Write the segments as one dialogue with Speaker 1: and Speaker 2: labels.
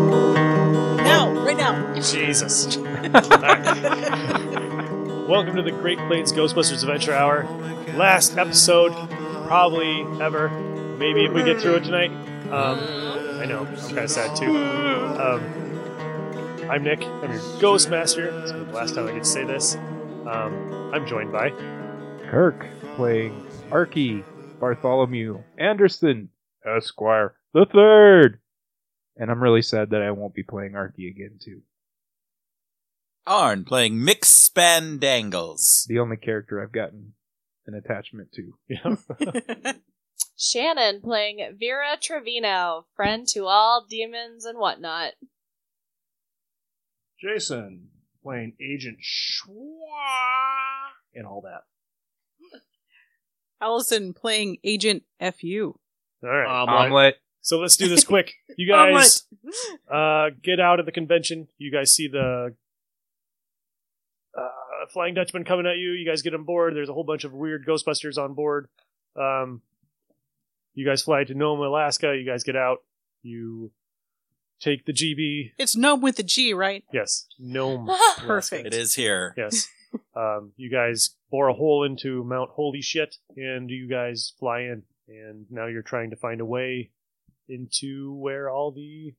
Speaker 1: Now, right now.
Speaker 2: Jesus. All right. Welcome to the Great Plains Ghostbusters Adventure Hour. Last episode, probably ever. Maybe if we get through it tonight. Um, I know, I'm kind of sad too. Um, I'm Nick. I'm your Ghost Master. This will be the last time I get to say this. Um, I'm joined by.
Speaker 3: Kirk playing Archie Bartholomew Anderson Esquire the Third. And I'm really sad that I won't be playing Archie again too.
Speaker 4: Arn playing Mix Spandangles.
Speaker 3: It's the only character I've gotten an attachment to.
Speaker 5: Shannon playing Vera Trevino, friend to all demons and whatnot.
Speaker 2: Jason playing Agent Schwa and all that.
Speaker 6: Allison playing Agent FU.
Speaker 2: All right.
Speaker 4: Um,
Speaker 2: Um,
Speaker 3: Omelet.
Speaker 2: So let's do this quick. You guys uh, get out of the convention. You guys see the uh, Flying Dutchman coming at you. You guys get on board. There's a whole bunch of weird Ghostbusters on board. Um, you guys fly to Nome, Alaska. You guys get out. You take the GB.
Speaker 6: It's Gnome with a G, right?
Speaker 2: Yes, Nome. Alaska.
Speaker 6: Perfect.
Speaker 4: It is here.
Speaker 2: Yes. Um, you guys bore a hole into Mount Holy Shit, and you guys fly in. And now you're trying to find a way into where all the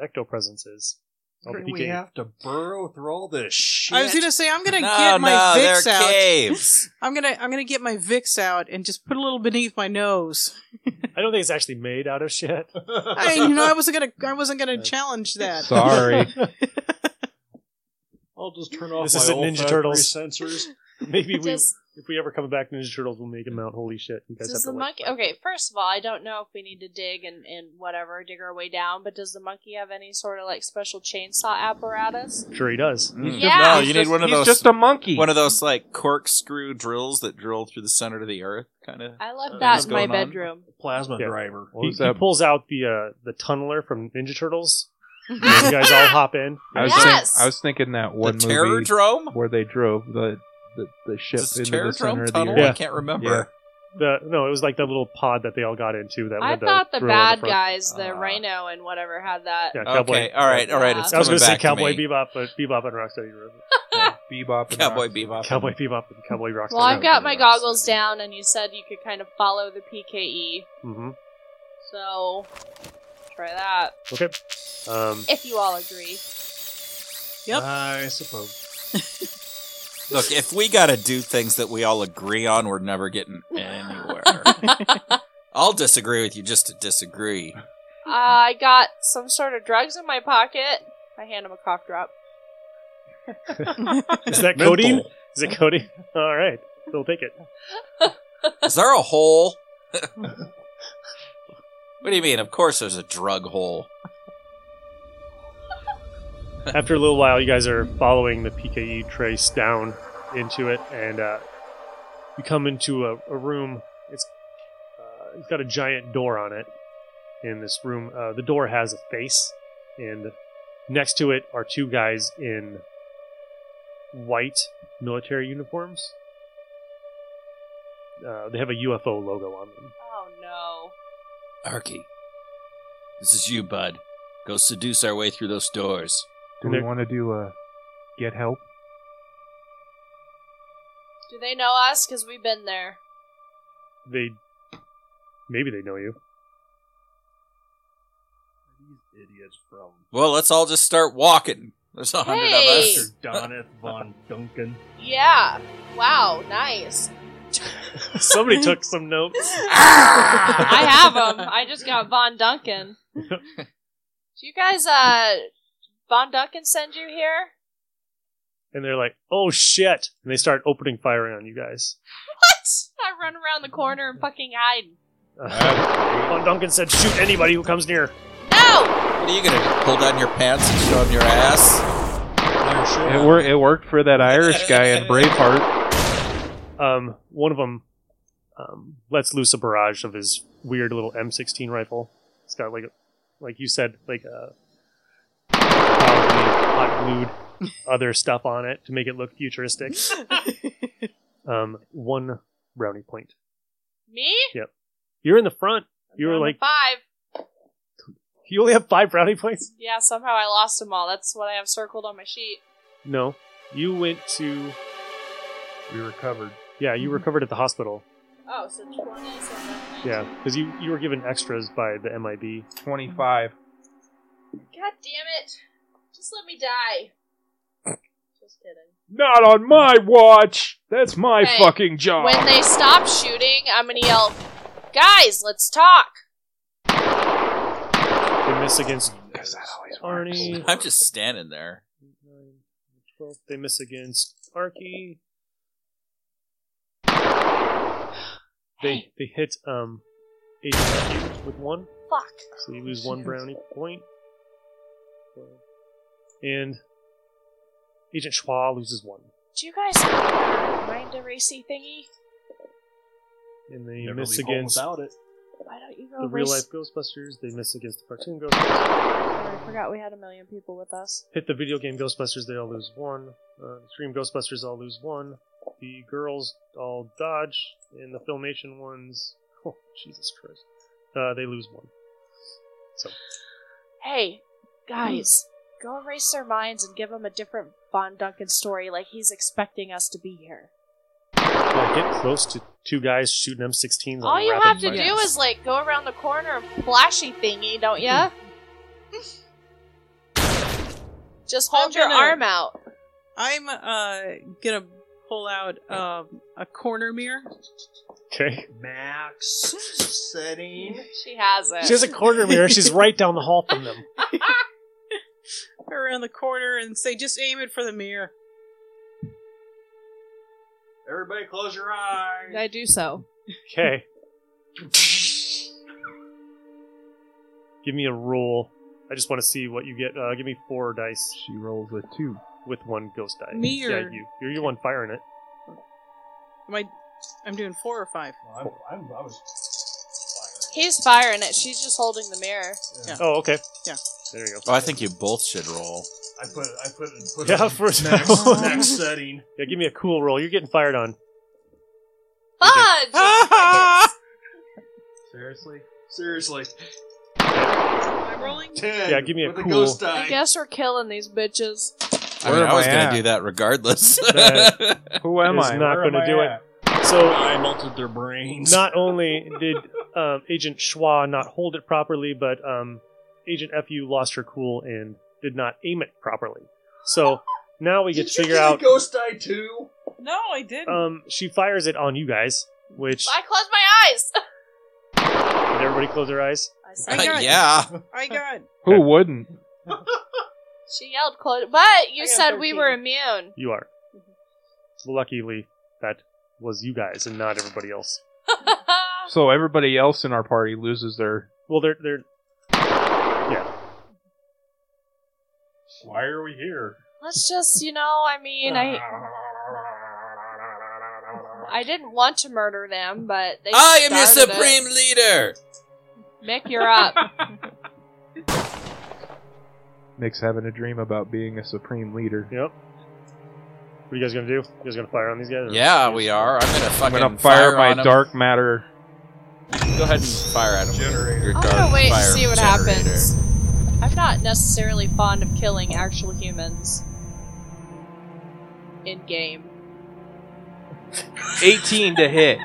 Speaker 2: ecto presence is. All the
Speaker 7: we
Speaker 2: PK.
Speaker 7: have to burrow through all this shit.
Speaker 6: I was gonna say I'm gonna
Speaker 4: no,
Speaker 6: get my
Speaker 4: no,
Speaker 6: Vicks
Speaker 4: they're
Speaker 6: out.
Speaker 4: caves.
Speaker 6: I'm gonna I'm gonna get my Vicks out and just put a little beneath my nose.
Speaker 2: I don't think it's actually made out of shit.
Speaker 6: I you know I wasn't gonna I wasn't gonna challenge that.
Speaker 3: Sorry.
Speaker 7: I'll just turn off
Speaker 2: This
Speaker 7: my
Speaker 2: isn't Ninja
Speaker 7: olfactory
Speaker 2: Turtles.
Speaker 7: sensors.
Speaker 2: Maybe we,
Speaker 5: Does-
Speaker 2: if we ever come back, Ninja Turtles will make a mount. Holy shit! You guys have
Speaker 5: Does
Speaker 2: to
Speaker 5: the
Speaker 2: wait.
Speaker 5: monkey? Okay, first of all, I don't know if we need to dig and, and whatever, dig our way down. But does the monkey have any sort of like special chainsaw apparatus?
Speaker 2: Sure, he does.
Speaker 4: Mm.
Speaker 5: Yeah.
Speaker 4: No,
Speaker 3: He's
Speaker 4: you
Speaker 3: just-
Speaker 4: need one of
Speaker 3: he's
Speaker 4: those.
Speaker 3: just a monkey.
Speaker 4: one of those like corkscrew drills that drill through the center of the earth, kind of.
Speaker 5: I left
Speaker 4: Uh,
Speaker 5: that
Speaker 4: what's
Speaker 5: in my
Speaker 4: going on?
Speaker 5: bedroom.
Speaker 7: Plasma
Speaker 2: Yeah.
Speaker 7: driver.
Speaker 3: What
Speaker 2: He,
Speaker 3: was
Speaker 2: he
Speaker 3: that?
Speaker 2: pulls out the uh, the tunneler from Ninja Turtles. and you guys all hop in.
Speaker 3: I was,
Speaker 5: Yes!
Speaker 3: think- I was thinking that
Speaker 4: The
Speaker 3: one
Speaker 4: Terror
Speaker 3: movie
Speaker 4: Drome.
Speaker 3: where they drove the the, the ship
Speaker 4: Is this
Speaker 3: into
Speaker 4: Terror
Speaker 3: the center
Speaker 4: Drome
Speaker 3: of the
Speaker 4: tunnel?
Speaker 3: earth.
Speaker 2: Yeah.
Speaker 4: I can't remember.
Speaker 3: Yeah.
Speaker 2: The no, it was like that little pod that they all got into. That
Speaker 5: I
Speaker 2: led to
Speaker 5: thought the
Speaker 2: Thriller in
Speaker 5: bad
Speaker 2: front.
Speaker 5: guys, the
Speaker 4: Ah.
Speaker 5: rhino and whatever, had that.
Speaker 2: Yeah,
Speaker 4: Okay. All right. All right.
Speaker 5: Yeah.
Speaker 4: It's
Speaker 2: I was
Speaker 4: going
Speaker 2: gonna
Speaker 4: to
Speaker 2: say Cowboy
Speaker 4: me.
Speaker 2: Bebop, but Bebop and Rocksteady. were-
Speaker 3: Bebop. and
Speaker 4: Cowboy
Speaker 3: Rock-
Speaker 4: Bebop.
Speaker 2: Cowboy Bebop and Cowboy Rocksteady.
Speaker 5: Well, I've got my
Speaker 4: Yeah.
Speaker 5: goggles down, and you said you could kind of follow the PKE,
Speaker 2: hmm
Speaker 5: so try that
Speaker 2: Okay. Um,
Speaker 5: if you all agree.
Speaker 6: Yep.
Speaker 7: I suppose.
Speaker 4: Look, if we got to do things that we all agree on, we're never getting anywhere. I'll disagree with you just to disagree.
Speaker 5: I got some sort of drugs in my pocket. I hand him a cough drop.
Speaker 2: is that codeine? Is it codeine? All right, we'll take it.
Speaker 4: Is there a hole? what do you mean? Of course there's a drug hole.
Speaker 2: After a little while, you guys are following the PKE trace down into it, and uh, you come into a, a room. It's uh, it's got a giant door on it. In this room, uh, the door has a face, and next to it are two guys in white military uniforms. Uh, they have a UFO logo on them.
Speaker 5: Oh no.
Speaker 4: Arky, this is you, bud. Go seduce our way through those doors.
Speaker 3: Do we want to do a get help?
Speaker 5: Do they know us? Because we've been there.
Speaker 2: They maybe they know you.
Speaker 7: These idiots from
Speaker 4: Well, let's all just start walking. There's a hundred
Speaker 5: Hey!
Speaker 4: of us.
Speaker 7: Mr. Doneth von Duncan.
Speaker 5: Yeah. Wow. Nice.
Speaker 2: Somebody took some notes.
Speaker 5: I have them. I just got Von Duncan. Do you guys, uh, Von Duncan send you here?
Speaker 2: and they're like, "Oh shit!" and they start opening fire on you guys.
Speaker 5: What? I run around the corner and fucking hide.
Speaker 2: Uh, Von Duncan said, "Shoot anybody who comes near."
Speaker 5: No.
Speaker 4: What are you gonna do? Pull down your pants and show him your ass?
Speaker 3: It, wor- it worked for that Irish guy in Braveheart.
Speaker 2: Um, one of them um, lets loose a barrage of his weird little M16 rifle. It's got like, a, like you said, like a uh, probably glued other stuff on it to make it look futuristic. Um, one brownie point.
Speaker 5: Me?
Speaker 2: You're in the front. You were
Speaker 5: Number
Speaker 2: like,
Speaker 5: five.
Speaker 2: you only have five brownie points?
Speaker 5: Yeah, somehow I lost them all. That's what I have circled on my sheet.
Speaker 2: No. You went to,
Speaker 7: We recovered.
Speaker 2: yeah, you recovered at the hospital.
Speaker 5: Oh, so 20, so that's
Speaker 2: Yeah, because you, you were given extras by the MIB.
Speaker 3: 25.
Speaker 5: God damn it. Just let me die. Just kidding.
Speaker 3: Not on my watch! That's my
Speaker 5: Hey,
Speaker 3: fucking job!
Speaker 5: When they stop shooting, I'm gonna yell, Guys, let's talk!
Speaker 2: They miss against
Speaker 3: Because that always works.
Speaker 2: Arnie.
Speaker 4: I'm just standing there.
Speaker 2: 12. They miss against Arky. They they hit um HQ with one,
Speaker 5: Fuck.
Speaker 2: so you lose one brownie point. And Agent Schwa loses one,
Speaker 5: Do you guys have a mind erasy thingy?
Speaker 2: and they
Speaker 7: Never
Speaker 2: miss
Speaker 7: leave home
Speaker 2: against
Speaker 7: without it.
Speaker 5: Why don't you go
Speaker 2: the real
Speaker 5: erase?
Speaker 2: life Ghostbusters. They miss against the cartoon Ghostbusters.
Speaker 5: I forgot we had a million people with us.
Speaker 2: Hit the video game Ghostbusters. They all lose one. Uh, the Scream Ghostbusters all lose one. The girls all dodge, and the Filmation ones, oh Jesus Christ, uh, they lose one. So
Speaker 5: Hey, guys, go erase their minds and give them a different Von Duncan story like he's expecting us to be here.
Speaker 2: yeah, get close to two guys shooting M16s.
Speaker 5: All
Speaker 2: on
Speaker 5: you
Speaker 2: rapid
Speaker 5: have to
Speaker 2: fire.
Speaker 5: do is like go around the corner and flashy thingy, don't ya? Just hold
Speaker 6: I'm
Speaker 5: your
Speaker 6: gonna-
Speaker 5: arm out.
Speaker 6: I'm uh gonna pull out um a corner mirror.
Speaker 2: Okay.
Speaker 7: Max setting.
Speaker 5: She has it.
Speaker 2: She has a corner mirror. She's right down the hall from them.
Speaker 6: around the corner and say, just aim it for the mirror.
Speaker 7: Everybody, close your eyes.
Speaker 5: I do so.
Speaker 2: Okay. Give me a roll. I just want to see what you get. Uh, give me four dice
Speaker 3: She rolls a 2.
Speaker 2: with one ghost die.
Speaker 6: Me
Speaker 2: yeah,
Speaker 6: or-
Speaker 2: you. You're the one firing it.
Speaker 6: Am I? I'm doing four or five.
Speaker 7: Well, I'm, I'm, I was firing.
Speaker 5: He's firing it. She's just holding the mirror.
Speaker 7: Yeah.
Speaker 2: Oh, okay.
Speaker 6: Yeah.
Speaker 2: There you go.
Speaker 4: Well, I think you both should roll.
Speaker 7: I put I put put
Speaker 2: Yeah,
Speaker 7: it
Speaker 2: for
Speaker 7: max,
Speaker 2: that one.
Speaker 7: max setting.
Speaker 2: Yeah, give me a cool roll. You're getting fired on.
Speaker 5: Fudge!
Speaker 2: Ah!
Speaker 7: Seriously, seriously.
Speaker 6: Am I rolling?
Speaker 7: Ten.
Speaker 2: Yeah, give me a
Speaker 7: with
Speaker 2: cool-
Speaker 7: ghost die.
Speaker 5: I guess we're killing these bitches.
Speaker 4: I mean,
Speaker 3: Where
Speaker 4: I
Speaker 3: am
Speaker 4: was
Speaker 3: I
Speaker 4: going
Speaker 3: at?
Speaker 4: to do that regardless.
Speaker 2: That-
Speaker 3: Who am
Speaker 2: It's
Speaker 3: I?
Speaker 2: not
Speaker 3: Where am
Speaker 2: gonna
Speaker 3: I
Speaker 2: do it.
Speaker 3: at?
Speaker 2: So
Speaker 7: I melted their brains.
Speaker 2: not only did um, Agent Schwa not hold it properly, but um, Agent Fu lost her cool and did not aim it properly. So now we get to
Speaker 7: Did you
Speaker 2: figure
Speaker 7: get a
Speaker 2: out.
Speaker 7: ghost die too.
Speaker 6: No, I didn't.
Speaker 2: Um, she fires it on you guys, which
Speaker 5: I closed my eyes!
Speaker 2: did everybody close their eyes.
Speaker 5: I
Speaker 6: I
Speaker 5: said,
Speaker 6: got-
Speaker 4: yeah.
Speaker 6: I got.
Speaker 3: Who wouldn't?
Speaker 5: she yelled, close. But
Speaker 6: I
Speaker 5: you
Speaker 6: got
Speaker 5: said we
Speaker 6: 13.
Speaker 5: were immune.
Speaker 2: You are.
Speaker 7: Mm-hmm.
Speaker 2: Luckily, that was you guys and not everybody else.
Speaker 3: So everybody else in our party loses their.
Speaker 2: Well, they're they're
Speaker 7: Why are we here?
Speaker 5: Let's just, you know, I mean, I I didn't want to murder them, but they
Speaker 4: I am your
Speaker 5: started
Speaker 4: supreme leader.
Speaker 5: It. Mick, you're up.
Speaker 3: Mick's having a dream about being a supreme leader.
Speaker 2: yep. What are you guys gonna do? You guys gonna fire on these guys? or-
Speaker 4: Yeah, we are. I'm going to
Speaker 3: I'm
Speaker 4: fucking
Speaker 3: gonna fire, my
Speaker 4: on 'em.
Speaker 3: dark matter.
Speaker 4: Go ahead and fire at him. Generator. Your
Speaker 5: I'm
Speaker 4: dark
Speaker 5: gonna wait and
Speaker 4: fire
Speaker 5: see what
Speaker 4: generator.
Speaker 5: happens. I'm not necessarily fond of killing actual humans in game.
Speaker 3: 18 to hit.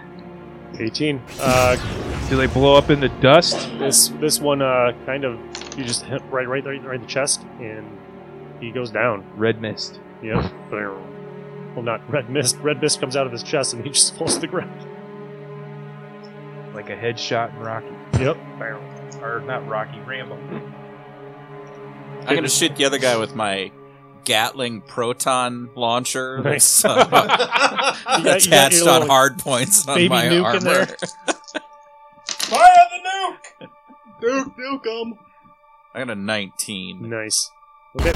Speaker 2: 18. Uh,
Speaker 3: Do they blow up in the dust?
Speaker 2: This this one uh, kind of you just hit right right right right in the chest and he goes down.
Speaker 3: Red mist.
Speaker 2: Yep. Well, not red mist. Red mist comes out of his chest and he just falls to the ground.
Speaker 3: Like a headshot in Rocky.
Speaker 2: Yep.
Speaker 3: Or not Rocky, Rambo.
Speaker 4: I'm going to shoot the other guy with my Gatling proton launcher.
Speaker 2: Nice.
Speaker 4: That's, uh,
Speaker 2: You got- you got
Speaker 4: attached
Speaker 2: your
Speaker 4: on
Speaker 2: little
Speaker 4: hard points on
Speaker 2: baby
Speaker 4: my
Speaker 2: nuke in
Speaker 4: armor.
Speaker 2: there.
Speaker 7: Fire the nuke! Duke, nuke 'em!
Speaker 4: I got a 19.
Speaker 2: Nice. Okay.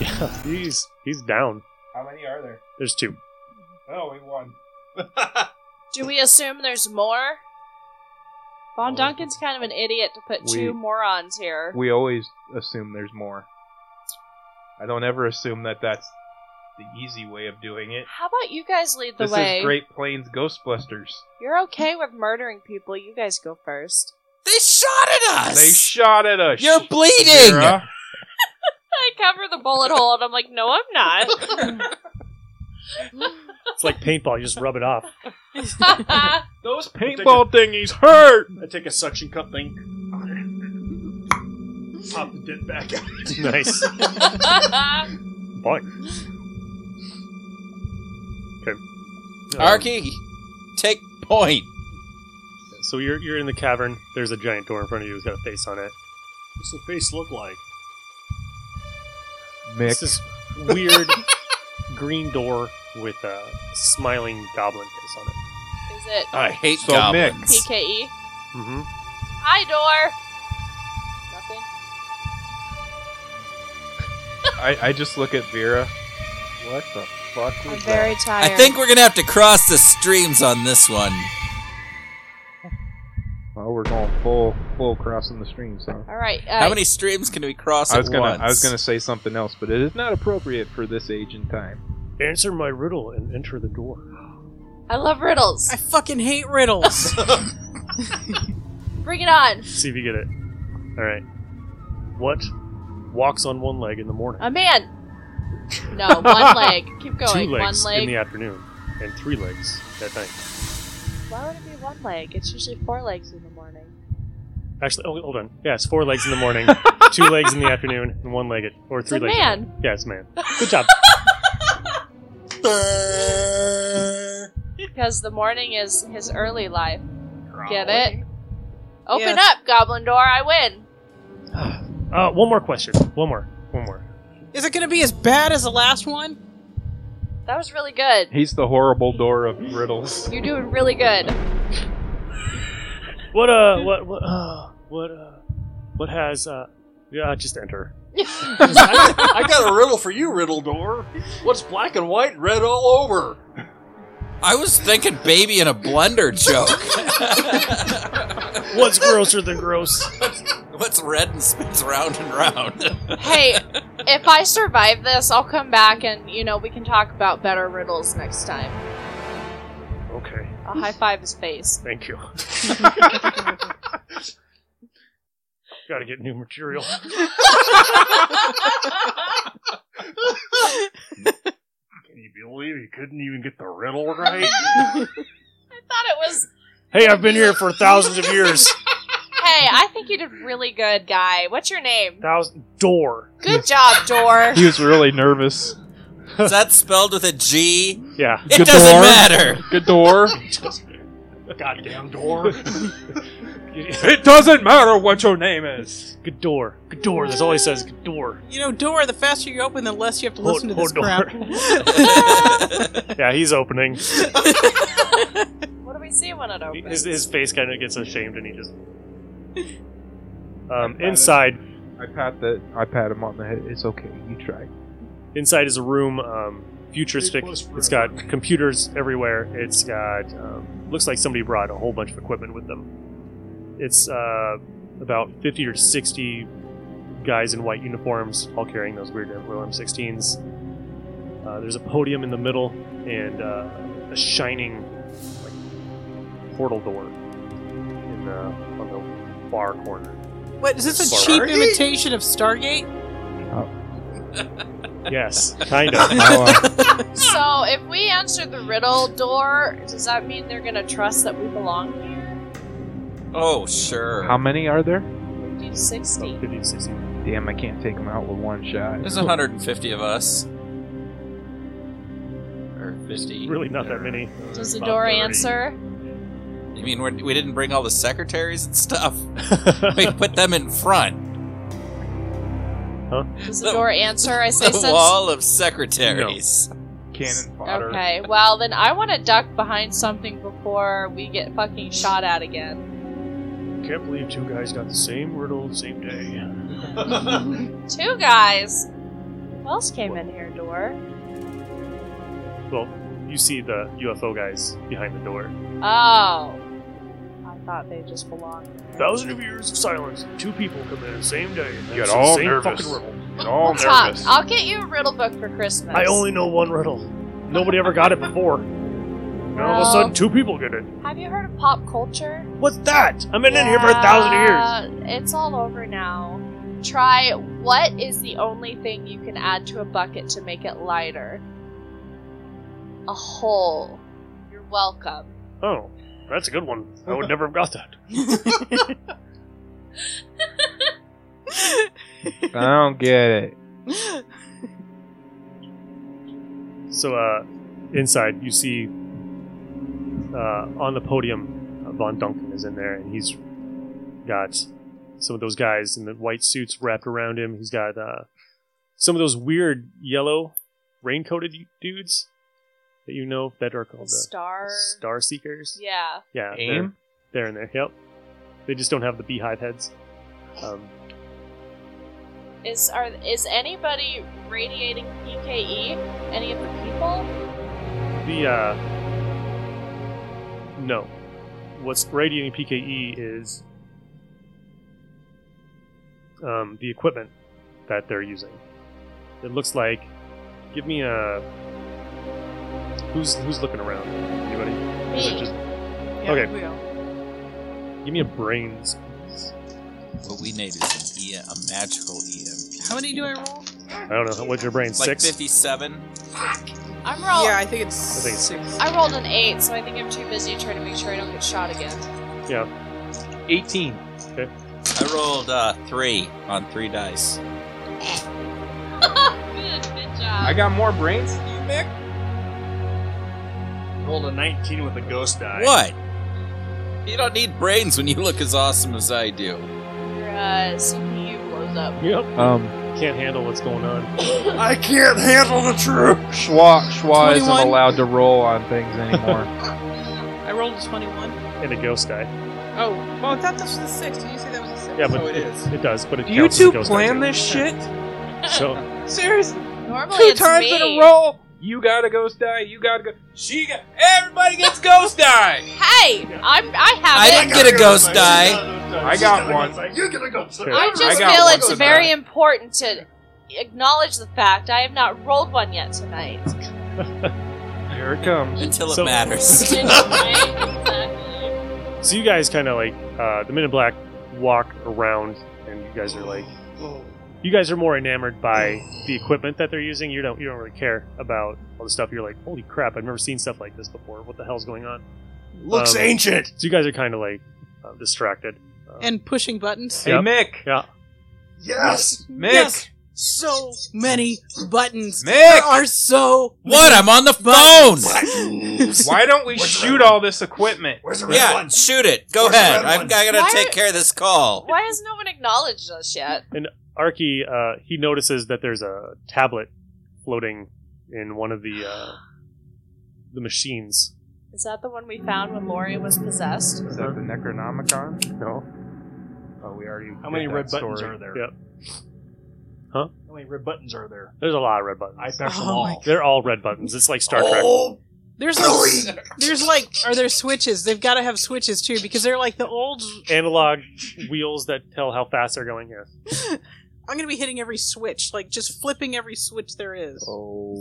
Speaker 2: Yeah, he's he's down.
Speaker 7: How many are there?
Speaker 2: There's two.
Speaker 7: Oh, we won.
Speaker 5: Do we assume there's more? Von
Speaker 2: Oh.
Speaker 5: Duncan's kind of an idiot to put
Speaker 3: We-
Speaker 5: two morons here.
Speaker 3: We always assume there's more. I don't ever assume that that's the easy way of doing it.
Speaker 5: How about you guys lead the
Speaker 3: this
Speaker 5: way?
Speaker 3: is Great Plains Ghostbusters.
Speaker 5: You're okay with murdering people. You guys go first.
Speaker 4: They shot at us.
Speaker 3: They shot at us.
Speaker 4: You're bleeding.
Speaker 3: Shakira.
Speaker 5: I cover the bullet hole and I'm like, no, I'm not.
Speaker 2: It's like paintball. You just rub it off.
Speaker 7: Those
Speaker 3: Paintball thingies hurt.
Speaker 7: I take a suction cup thing. Pop the dent back out.
Speaker 2: nice. Boy. Okay. Um,
Speaker 4: Arky, take point.
Speaker 2: So you're you're in the cavern. There's a giant door in front of you. It's got a face on it.
Speaker 7: What's the face look like?
Speaker 2: It's
Speaker 3: Mick.
Speaker 2: this weird green door with a smiling goblin face on it.
Speaker 5: Is it
Speaker 4: I hate
Speaker 3: So,
Speaker 4: goblins.
Speaker 5: PKE?
Speaker 2: Mm-hmm.
Speaker 5: Hi, door. Nothing.
Speaker 3: I, I just look at Vera. What the fuck
Speaker 5: I'm
Speaker 3: was
Speaker 5: very
Speaker 4: I
Speaker 5: tired.
Speaker 4: think we're gonna have to cross the streams on this one.
Speaker 3: that? Oh, we're going full full crossing the streams, huh?
Speaker 5: All right. Uh,
Speaker 4: How many streams can we cross
Speaker 3: I was
Speaker 4: at
Speaker 3: gonna
Speaker 4: once?
Speaker 3: I was gonna say something else, but it is not appropriate for this age and time.
Speaker 2: Answer my riddle and enter the door.
Speaker 5: I love riddles.
Speaker 6: I fucking hate riddles.
Speaker 5: Bring it on.
Speaker 2: See if you get it. All right. What walks on one leg in the morning,
Speaker 5: A man. No, one leg. Keep
Speaker 2: two
Speaker 5: going.
Speaker 2: legs
Speaker 5: one leg.
Speaker 2: in the afternoon, and three legs at night?
Speaker 5: Why would it be one leg? It's usually four legs in the morning.
Speaker 2: Actually, oh, hold on. Yeah, it's four legs in the morning, two legs in the afternoon, and one legged or
Speaker 5: It's
Speaker 2: three
Speaker 5: a
Speaker 2: legged.
Speaker 5: man.
Speaker 2: Yeah, it's a man. Good job.
Speaker 5: Because the morning is his early life. Get it? Open
Speaker 6: Yes.
Speaker 5: up, goblin door. I win.
Speaker 2: Uh, one more question. One more. One more.
Speaker 6: Is it gonna be as bad as the last one?
Speaker 5: That was really good.
Speaker 3: He's the horrible door of riddles.
Speaker 4: Mm.
Speaker 5: You're doing really good.
Speaker 2: What uh? What what uh? What uh? What has uh? Yeah, just enter.
Speaker 7: I, I got a riddle for you, Riddle Door. What's black and white, and red all over?
Speaker 4: I was thinking baby in a blender joke.
Speaker 2: What's grosser than gross?
Speaker 4: What's red and spins round and round?
Speaker 5: hey, if I survive this, I'll come back and, you know, we can talk about better riddles next time.
Speaker 2: Okay,
Speaker 5: I'll high five his face.
Speaker 2: thank you. Gotta get new material.
Speaker 7: Can you believe you couldn't even get the riddle right?
Speaker 5: I thought it was.
Speaker 2: Hey, I've been here for thousands of years.
Speaker 5: Hey, I think you did really good, guy. What's your name?
Speaker 2: Thousand door.
Speaker 5: Good job, door.
Speaker 3: he was really nervous.
Speaker 4: Is that spelled with a G?
Speaker 2: Yeah.
Speaker 4: It
Speaker 3: Good
Speaker 4: doesn't
Speaker 3: door.
Speaker 4: matter.
Speaker 3: Gador.
Speaker 7: Goddamn door.
Speaker 3: it doesn't matter what your name is.
Speaker 2: Good door. Good door. That's all he says. Good door.
Speaker 6: You know, door. The faster you open, the less you have to
Speaker 2: Hold-
Speaker 6: listen to this
Speaker 2: hold
Speaker 6: crap.
Speaker 2: Yeah, he's opening.
Speaker 5: what do we see when it opens?
Speaker 2: His, his face kind of gets ashamed and he just. Um, inside,
Speaker 3: I pat the I pat him on the head. It's okay. You try.
Speaker 2: inside is a room, um, futuristic. It's got computers everywhere. It's got um, looks like somebody brought a whole bunch of equipment with them. It's uh, about fifty or sixty guys in white uniforms, all carrying those weird little M16s. Uh, there's a podium in the middle and uh, a shining like, portal door in the, on the far corner.
Speaker 6: What is this a cheap
Speaker 2: Stargate?
Speaker 6: imitation of Stargate?
Speaker 2: Yes, kind of.
Speaker 3: Now, uh,
Speaker 5: So, if we answer the riddle door, does that mean they're gonna trust that we belong here?
Speaker 4: Oh, sure.
Speaker 3: how many are there?
Speaker 5: We do 60.
Speaker 2: About 50 to 60.
Speaker 3: Damn, I can't take them out with one shot.
Speaker 4: There's 150 of us. Or 50.
Speaker 2: Really, not that many.
Speaker 5: Does the
Speaker 7: About
Speaker 5: door
Speaker 7: 30.
Speaker 5: answer?
Speaker 4: You mean we're, we didn't bring all the secretaries and stuff? we put them in front.
Speaker 5: Does the
Speaker 4: The-
Speaker 5: door answer? I say
Speaker 4: The
Speaker 5: since.
Speaker 4: wall of secretaries.
Speaker 3: Cannon fodder.
Speaker 5: Okay, well, then I want to duck behind something before we get fucking shot at again.
Speaker 2: Can't believe two guys got the same riddle the same day.
Speaker 5: Two guys! Who else came in here, door?
Speaker 2: Well, you see the UFO guys behind the door.
Speaker 5: Oh. I thought they just belonged there.
Speaker 2: Thousand of years of silence. Two people come in the same day.
Speaker 7: Get all nervous.
Speaker 2: fucking riddle.
Speaker 3: Get all
Speaker 5: we'll talk.
Speaker 3: nervous.
Speaker 5: I'll get you a riddle book for Christmas.
Speaker 2: I only know one riddle. Nobody ever got it before. And all of a
Speaker 5: Well.
Speaker 2: sudden, two people get it.
Speaker 5: Have you heard of pop culture?
Speaker 2: What's that? I've been in here for a thousand years.
Speaker 5: years. It's all over now. Try what is the only thing you can add to a bucket to make it lighter? A hole. You're welcome.
Speaker 2: Oh, that's a good one. I would never have got that.
Speaker 3: I don't get it.
Speaker 2: So, uh, inside, you see uh, on the podium, uh, Von Duncan is in there, and he's got some of those guys in the white suits wrapped around him. He's got uh, some of those weird yellow raincoated dudes that you know that are called the
Speaker 5: Star.
Speaker 2: Star Seekers.
Speaker 5: Yeah.
Speaker 2: Yeah,
Speaker 3: Aim?
Speaker 2: they're, they're in there. Yep, they just don't have the beehive heads. Um,
Speaker 5: Is are is anybody radiating PKE? Any of the people?
Speaker 2: The uh No. What's radiating PKE is um the equipment that they're using. It looks like give me a who's who's looking around? Anybody? Is it
Speaker 5: Me.
Speaker 2: just
Speaker 6: Yeah,
Speaker 2: Okay.
Speaker 6: we all-
Speaker 2: give me a brains please.
Speaker 4: What we need is an e- a magical EMP.
Speaker 6: How many do I roll?
Speaker 2: I don't know what's your brain?
Speaker 4: Like
Speaker 2: Six?
Speaker 4: 57?
Speaker 5: I'm roll.
Speaker 6: Yeah, I think it's
Speaker 2: I think it's-
Speaker 6: six.
Speaker 5: I rolled an eight, so I think I'm too busy trying to make sure I don't get shot again.
Speaker 3: 18.
Speaker 4: I rolled uh, three on three dice.
Speaker 5: good, good job.
Speaker 3: I got more brains.
Speaker 7: Rolled a 19 with a ghost die.
Speaker 4: What? You don't need brains when you look as awesome as I do.
Speaker 5: Your uh, CPU blows up.
Speaker 2: Yep.
Speaker 3: Um,
Speaker 2: Can't handle what's going on.
Speaker 7: I can't handle the truth.
Speaker 3: Schwa, Schwa isn't
Speaker 6: 21.
Speaker 3: allowed to roll on things anymore.
Speaker 6: I rolled a twenty-one.
Speaker 2: And a ghost die.
Speaker 6: Oh, well, I thought that was a six. Did you say that was a six?
Speaker 2: Yeah, but
Speaker 7: Oh, it is.
Speaker 2: It does, but it
Speaker 3: Do you
Speaker 2: counts as a
Speaker 3: two
Speaker 2: ghost
Speaker 3: plan
Speaker 2: die.
Speaker 3: this shit?
Speaker 2: So
Speaker 3: Seriously?
Speaker 5: Normally
Speaker 3: Two
Speaker 5: it's
Speaker 3: times
Speaker 5: me.
Speaker 3: in a row? You gotta ghost die. You gotta go. She got. Everybody gets ghost die.
Speaker 5: Hey, I'm I
Speaker 4: I
Speaker 5: have
Speaker 4: didn't
Speaker 5: it.
Speaker 4: get a ghost die.
Speaker 3: I got one.
Speaker 7: You get a ghost die.
Speaker 2: Here.
Speaker 5: I
Speaker 2: I
Speaker 5: just
Speaker 3: got
Speaker 5: feel
Speaker 3: one
Speaker 5: it's
Speaker 3: tonight.
Speaker 5: very important to acknowledge the fact I have not rolled one yet tonight.
Speaker 3: Here it comes.
Speaker 4: Until it
Speaker 2: So-
Speaker 4: matters.
Speaker 2: so you guys kinda like uh the men in black walk around and you guys are like
Speaker 7: Oh.
Speaker 2: you guys are more enamored by the equipment that they're using. You don't you don't really care about all the stuff. You're like, holy crap, I've never seen stuff like this before. What the hell's going on?
Speaker 7: Looks
Speaker 2: Um,
Speaker 7: ancient.
Speaker 2: So you guys are kind of like uh, distracted. Um,
Speaker 6: And pushing buttons.
Speaker 2: Yep.
Speaker 3: Hey, Mick.
Speaker 2: yeah,
Speaker 7: Yes.
Speaker 3: Mick.
Speaker 6: Yes. So many buttons.
Speaker 3: Mick.
Speaker 6: are so.
Speaker 4: what? I'm on the phone!
Speaker 7: Buttons.
Speaker 3: Why don't we
Speaker 7: What's
Speaker 3: shoot
Speaker 7: wrong?
Speaker 3: all this equipment?
Speaker 7: Where's the red
Speaker 4: Yeah,
Speaker 7: one?
Speaker 4: shoot it. Go
Speaker 7: Where's the
Speaker 4: ahead.
Speaker 7: red
Speaker 4: I've, I
Speaker 7: one?
Speaker 4: gotta
Speaker 5: Why-
Speaker 4: take care of this call.
Speaker 5: Why has no one acknowledged us yet?
Speaker 2: Arky uh, he notices that there's a tablet floating in one of the uh, the machines.
Speaker 5: Is that the one we found when Lori was possessed?
Speaker 3: Is that the Necronomicon?
Speaker 2: No,
Speaker 3: Oh, we already.
Speaker 7: How many
Speaker 3: did that
Speaker 7: red buttons
Speaker 3: story.
Speaker 7: are there?
Speaker 2: Yep. Huh?
Speaker 7: How many red buttons are there?
Speaker 2: there's a lot of red buttons.
Speaker 7: I pressed
Speaker 6: Oh
Speaker 7: them
Speaker 6: my
Speaker 7: all.
Speaker 2: They're all red buttons. It's like Star Trek.
Speaker 7: Oh,
Speaker 6: There's like, there's like, are there switches? They've got to have switches too because they're like the old.
Speaker 2: Analog wheels that tell how fast they're going. Yes.
Speaker 6: I'm gonna be hitting every switch, like just flipping every switch there is.
Speaker 3: Oh,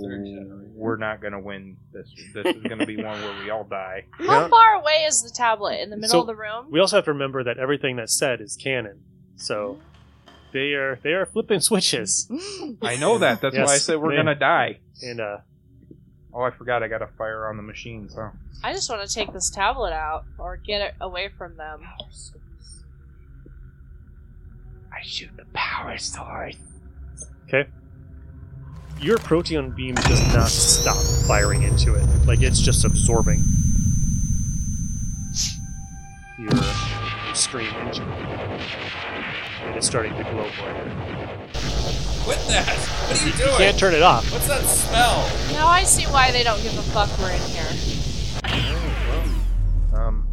Speaker 3: we're not gonna win this. This is gonna be one where we all die.
Speaker 5: How
Speaker 2: Yeah.
Speaker 5: far away is the tablet? In the middle
Speaker 2: So-
Speaker 5: of the room?
Speaker 2: We also have to remember that everything that's said is canon. So they are they are flipping switches.
Speaker 3: I know that. That's
Speaker 2: Yes.
Speaker 3: why I said we're
Speaker 2: Yeah.
Speaker 3: gonna die.
Speaker 2: And uh
Speaker 3: Oh, I forgot. I got a fire on the machines. Huh?
Speaker 5: I just want to take this tablet out or get it away from them.
Speaker 3: I shoot the power source.
Speaker 2: your proteon beam does not stop firing into it. Like it's just absorbing your, your stream into it. And it's starting to glow brighter.
Speaker 4: What the heck? What are you
Speaker 2: You can't turn it off.
Speaker 4: What's that smell?
Speaker 5: Now I see why they don't give a fuck we're in here.
Speaker 3: Um,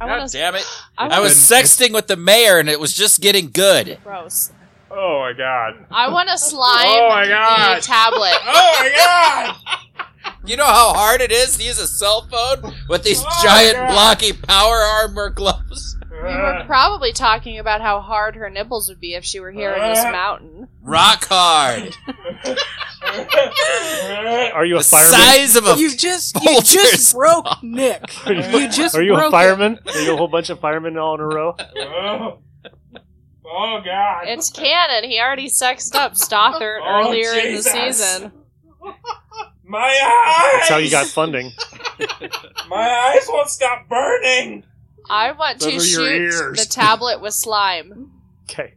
Speaker 5: I
Speaker 4: God
Speaker 5: want to.
Speaker 4: damn it.
Speaker 5: I
Speaker 4: I
Speaker 5: want
Speaker 4: was sexting with the mayor and it was just getting good.
Speaker 5: gross.
Speaker 3: oh my god.
Speaker 5: I want to slime
Speaker 3: Oh my
Speaker 5: the
Speaker 3: God.
Speaker 5: tablet.
Speaker 4: Oh my god! You know how hard it is to use a cell phone with these
Speaker 3: Oh my
Speaker 4: giant
Speaker 3: God.
Speaker 4: blocky power armor gloves?
Speaker 3: Oh
Speaker 5: We were probably talking about how hard her nipples would be if she were here in this mountain.
Speaker 4: Rock hard.
Speaker 7: Oh,
Speaker 3: Uh,
Speaker 2: Are you a
Speaker 4: The
Speaker 2: fireman?
Speaker 4: size of a.
Speaker 6: You just you
Speaker 4: Vultures.
Speaker 6: just broke Nick. You just
Speaker 2: Are you
Speaker 6: broke
Speaker 2: a
Speaker 6: him.
Speaker 2: fireman? Are you a whole bunch of firemen all in a row?
Speaker 8: Oh God!
Speaker 5: It's canon. He already sexed up Stothert
Speaker 8: Oh,
Speaker 5: earlier in the
Speaker 8: Jesus.
Speaker 5: season.
Speaker 8: My eyes!
Speaker 2: That's how you got funding.
Speaker 8: My eyes won't stop burning.
Speaker 5: I want to
Speaker 2: Those are your
Speaker 5: shoot
Speaker 2: ears.
Speaker 5: the tablet with slime.
Speaker 2: Okay.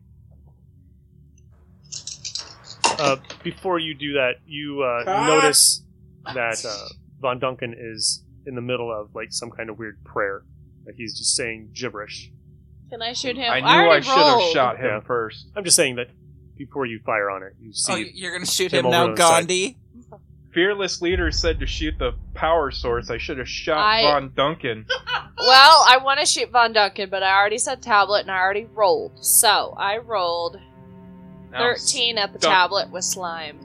Speaker 2: Uh, before you do that, you uh,
Speaker 8: Ah.
Speaker 2: notice that uh, Von Duncan is in the middle of like some kind of weird prayer. Like he's just saying gibberish.
Speaker 5: Can I shoot him?
Speaker 3: I knew
Speaker 5: already
Speaker 3: I should have
Speaker 5: rolled.
Speaker 3: shot him
Speaker 2: Yeah.
Speaker 3: first.
Speaker 2: I'm just saying that before you fire on it, you see.
Speaker 4: Oh, you're gonna shoot
Speaker 2: Him
Speaker 4: him,
Speaker 2: over
Speaker 4: now,
Speaker 2: to the side.
Speaker 4: Gandhi.
Speaker 3: Fearless leader said to shoot the power source. I should have shot
Speaker 5: I-
Speaker 3: Von Duncan.
Speaker 5: Well, I want to shoot Von Duncan, but I already said tablet and I already rolled. So I rolled
Speaker 3: Now I'm
Speaker 5: 13 at the
Speaker 3: Dun-
Speaker 5: tablet with slime.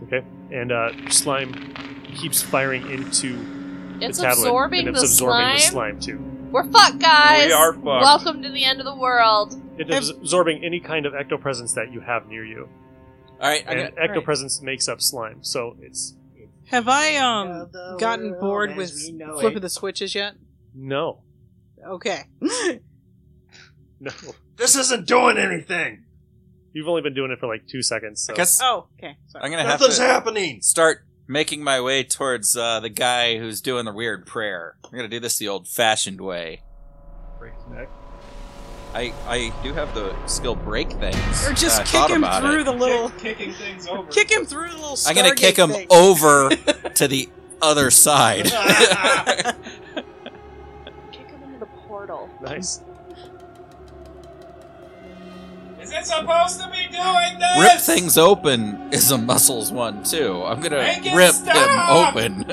Speaker 2: And uh, slime keeps firing into
Speaker 5: It's
Speaker 2: the tablet,
Speaker 5: absorbing,
Speaker 2: and
Speaker 5: the,
Speaker 2: it's absorbing the
Speaker 5: slime.
Speaker 2: slime too.
Speaker 5: We're fucked, guys.
Speaker 3: We are fucked.
Speaker 5: Welcome to the end of the world.
Speaker 2: It is absorbing any kind of ectopresence that you have near you,
Speaker 4: All right, I
Speaker 2: and ectopresence makes up slime. So it's
Speaker 6: Have I um gotten bored with flipping the switches yet?
Speaker 2: no,
Speaker 6: Okay.
Speaker 2: no.
Speaker 7: This isn't doing anything.
Speaker 2: You've only been doing it for like two seconds. So.
Speaker 4: I guess
Speaker 6: Oh, okay.
Speaker 4: I'm
Speaker 6: Sorry.
Speaker 4: gonna have
Speaker 7: Nothing's
Speaker 4: to
Speaker 7: happening.
Speaker 4: start making my way towards uh, the guy who's doing the weird prayer. I'm gonna do this the old-fashioned way.
Speaker 3: Break his neck.
Speaker 4: I I do have the skill break things.
Speaker 6: Or just
Speaker 4: and
Speaker 6: kick
Speaker 4: I thought
Speaker 6: him
Speaker 4: about
Speaker 6: through
Speaker 4: it.
Speaker 6: the little
Speaker 8: Kick- kicking things over.
Speaker 6: kick him through the little
Speaker 4: I'm gonna
Speaker 6: Stargate
Speaker 4: kick him
Speaker 6: thing.
Speaker 4: over to the other side.
Speaker 5: Kick him into the portal.
Speaker 2: Nice.
Speaker 8: Is it supposed to be doing
Speaker 4: rip
Speaker 8: this?
Speaker 4: things open is a muscles one too. I'm gonna
Speaker 8: Make it
Speaker 4: rip
Speaker 8: stop!
Speaker 4: him open,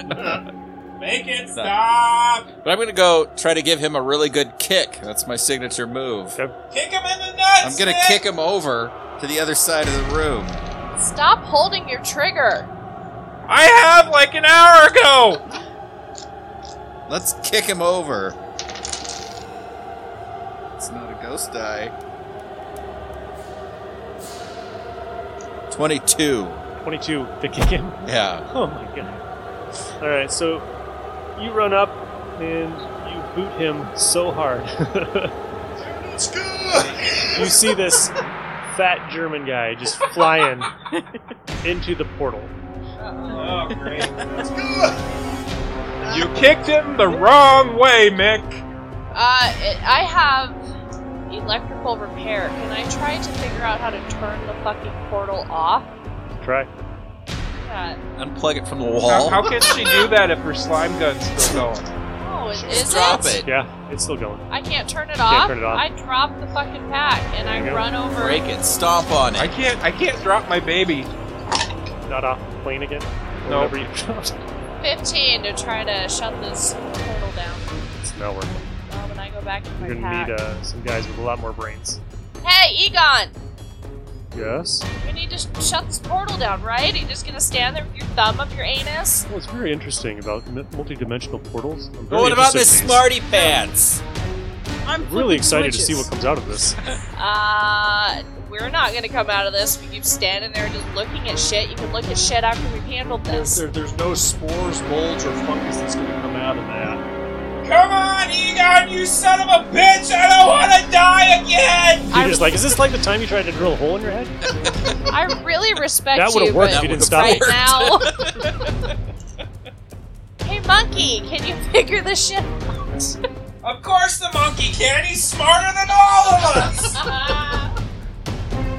Speaker 8: Make it stop!
Speaker 4: but I'm gonna go try to give him a really good kick. That's my signature move.
Speaker 8: Kick him in the nuts!
Speaker 4: I'm gonna
Speaker 8: Nick!
Speaker 4: kick him over to the other side of the room.
Speaker 5: Stop holding your trigger.
Speaker 8: I have like an hour ago.
Speaker 4: Let's kick him over. It's not a ghost die. Twenty-two.
Speaker 2: Twenty-two to kick him.
Speaker 4: Yeah.
Speaker 2: Oh my god. Alright, so you run up and you boot him so hard. you see this fat German guy just flying into the portal.
Speaker 8: Oh great!
Speaker 3: You kicked him the wrong way, Mick.
Speaker 5: Uh, it, I have electrical repair. Can I try to figure out how to turn the fucking portal off?
Speaker 2: Try.
Speaker 5: Yeah.
Speaker 4: Unplug it from the
Speaker 3: How,
Speaker 4: wall.
Speaker 3: how can she do that if her slime gun's still going?
Speaker 5: Oh, it is
Speaker 4: Drop
Speaker 5: it?
Speaker 4: it.
Speaker 2: Yeah, it's still going.
Speaker 5: I can't turn it,
Speaker 2: can't
Speaker 5: off.
Speaker 2: turn it off.
Speaker 5: I drop the fucking pack and
Speaker 2: There you
Speaker 5: I
Speaker 2: go.
Speaker 5: run over.
Speaker 4: Break it. Stomp on
Speaker 3: I
Speaker 4: it.
Speaker 3: can't. I can't drop my baby.
Speaker 2: Not off the plane again? Or
Speaker 3: No.
Speaker 2: Whatever you dropped.
Speaker 5: 15 to try to shut this portal down.
Speaker 2: It's not working.
Speaker 5: Well, when I go back to my
Speaker 2: You're gonna
Speaker 5: pack.
Speaker 2: need uh, some guys with a lot more brains.
Speaker 5: hey, Egon!
Speaker 2: Yes?
Speaker 5: We need to sh- shut this portal down, right? Are you just gonna stand there with your thumb up your anus?
Speaker 2: Well, it's very interesting about m- multi-dimensional portals. I'm
Speaker 4: But
Speaker 2: very
Speaker 4: what about
Speaker 2: interested in
Speaker 4: this
Speaker 2: these.
Speaker 4: smarty pants?
Speaker 6: I'm
Speaker 2: I'm
Speaker 6: flipping
Speaker 2: really excited to see
Speaker 6: switches.
Speaker 2: what comes out of this.
Speaker 5: Uh, we're not gonna come out of this. We keep standing there just looking at shit. You can look at shit after we've handled this.
Speaker 7: There, there's no spores, molds, or fungus that's going to come out of that.
Speaker 8: Come on, Egon, you son of a bitch! I don't want to die again.
Speaker 2: You're
Speaker 5: I,
Speaker 2: just like, is this like the time you tried to drill a hole in your head?
Speaker 5: I really respect
Speaker 2: That
Speaker 5: you,
Speaker 2: would've worked if
Speaker 5: but
Speaker 2: you didn't stop
Speaker 4: That
Speaker 5: right
Speaker 2: it.
Speaker 4: would've
Speaker 5: now. hey, monkey, can you figure this shit out?
Speaker 8: Of course, the monkey can. He's smarter than all of us.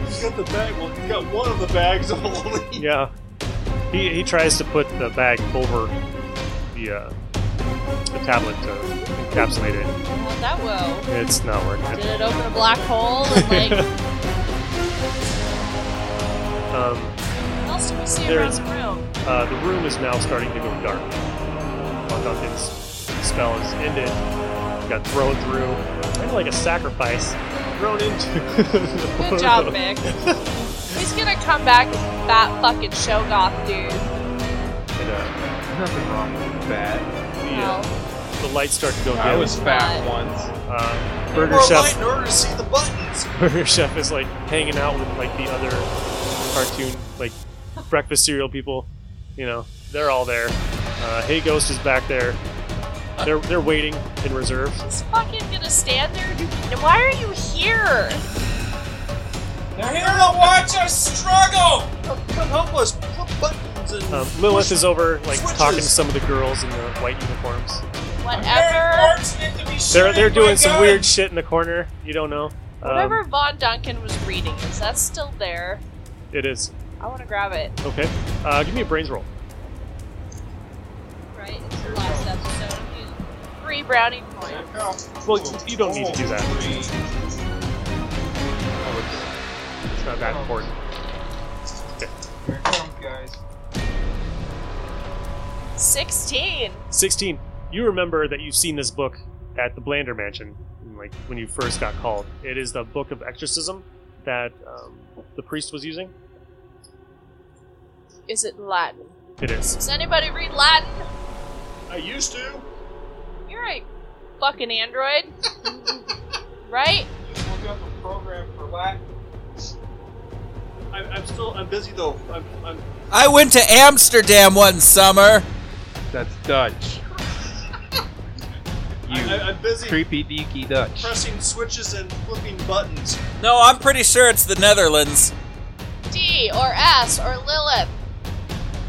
Speaker 7: He's got the bag. Well, he's got one of the bags only.
Speaker 2: Yeah. He, he tries to put the bag over the uh, the tablet to encapsulate it.
Speaker 5: Well, that will.
Speaker 2: It's not working.
Speaker 5: Did it open a black hole and like?
Speaker 2: Um,
Speaker 5: What else do we see
Speaker 2: There's-
Speaker 5: around the room?
Speaker 2: uh, the room is now starting to go dark. Von Duncan's spell is ended. He got thrown through, kind of like a sacrifice, thrown into.
Speaker 5: Good job, Mick. He's gonna come back as that fucking Shogoth dude.
Speaker 2: And, uh,
Speaker 3: Nothing wrong with that.
Speaker 2: the,
Speaker 5: Well,
Speaker 2: uh, the the lights start to go dim.
Speaker 9: I was fat
Speaker 5: Not.
Speaker 9: once.
Speaker 2: uh, Burger
Speaker 7: Burger more
Speaker 2: Chef
Speaker 7: light in order to see the buttons.
Speaker 2: Burger Chef is like hanging out with like the other cartoon like breakfast cereal people. You know, they're all there. Uh, hey Ghost is back there. They're they're waiting in reserve.
Speaker 5: He's fucking gonna stand there. and do- Why are you here?
Speaker 8: They're here to watch us struggle.
Speaker 7: Come, come help us put buttons and
Speaker 2: Um, Lilith is over like
Speaker 7: Switches.
Speaker 2: talking to some of the girls in the white uniforms.
Speaker 8: They're
Speaker 5: Whatever.
Speaker 8: fortunate to be
Speaker 2: They're
Speaker 8: shooting
Speaker 2: they're
Speaker 8: my
Speaker 2: doing some
Speaker 8: gun.
Speaker 2: weird shit in the corner. You don't know.
Speaker 5: Whatever
Speaker 2: Um,
Speaker 5: Von Duncan was reading, is that still there?
Speaker 2: it is
Speaker 5: I want to grab it.
Speaker 2: okay. Uh, give me a brains roll.
Speaker 5: Right, it's the last episode. You- Three brownie points.
Speaker 2: Well, you don't need to do
Speaker 3: Oh,
Speaker 2: that. It's not that important.
Speaker 9: Here it comes, guys.
Speaker 5: Sixteen.
Speaker 2: 16. You remember that you've seen this book at the Blander Mansion, like when you first got called. It is the book of exorcism that um, the priest was using.
Speaker 5: Is it Latin?
Speaker 2: It is.
Speaker 5: Does anybody read Latin?
Speaker 7: I used to.
Speaker 5: You're a fucking android, right?
Speaker 9: Just look up a program for Latin.
Speaker 7: I, I'm still. I'm busy though. I'm. I'm
Speaker 4: I went to Amsterdam one summer.
Speaker 3: That's Dutch.
Speaker 7: I,
Speaker 3: You
Speaker 7: I, I'm busy
Speaker 3: creepy deaky Dutch.
Speaker 7: pressing switches and flipping buttons.
Speaker 4: No, I'm pretty sure it's the Netherlands.
Speaker 5: D or S or Lilith.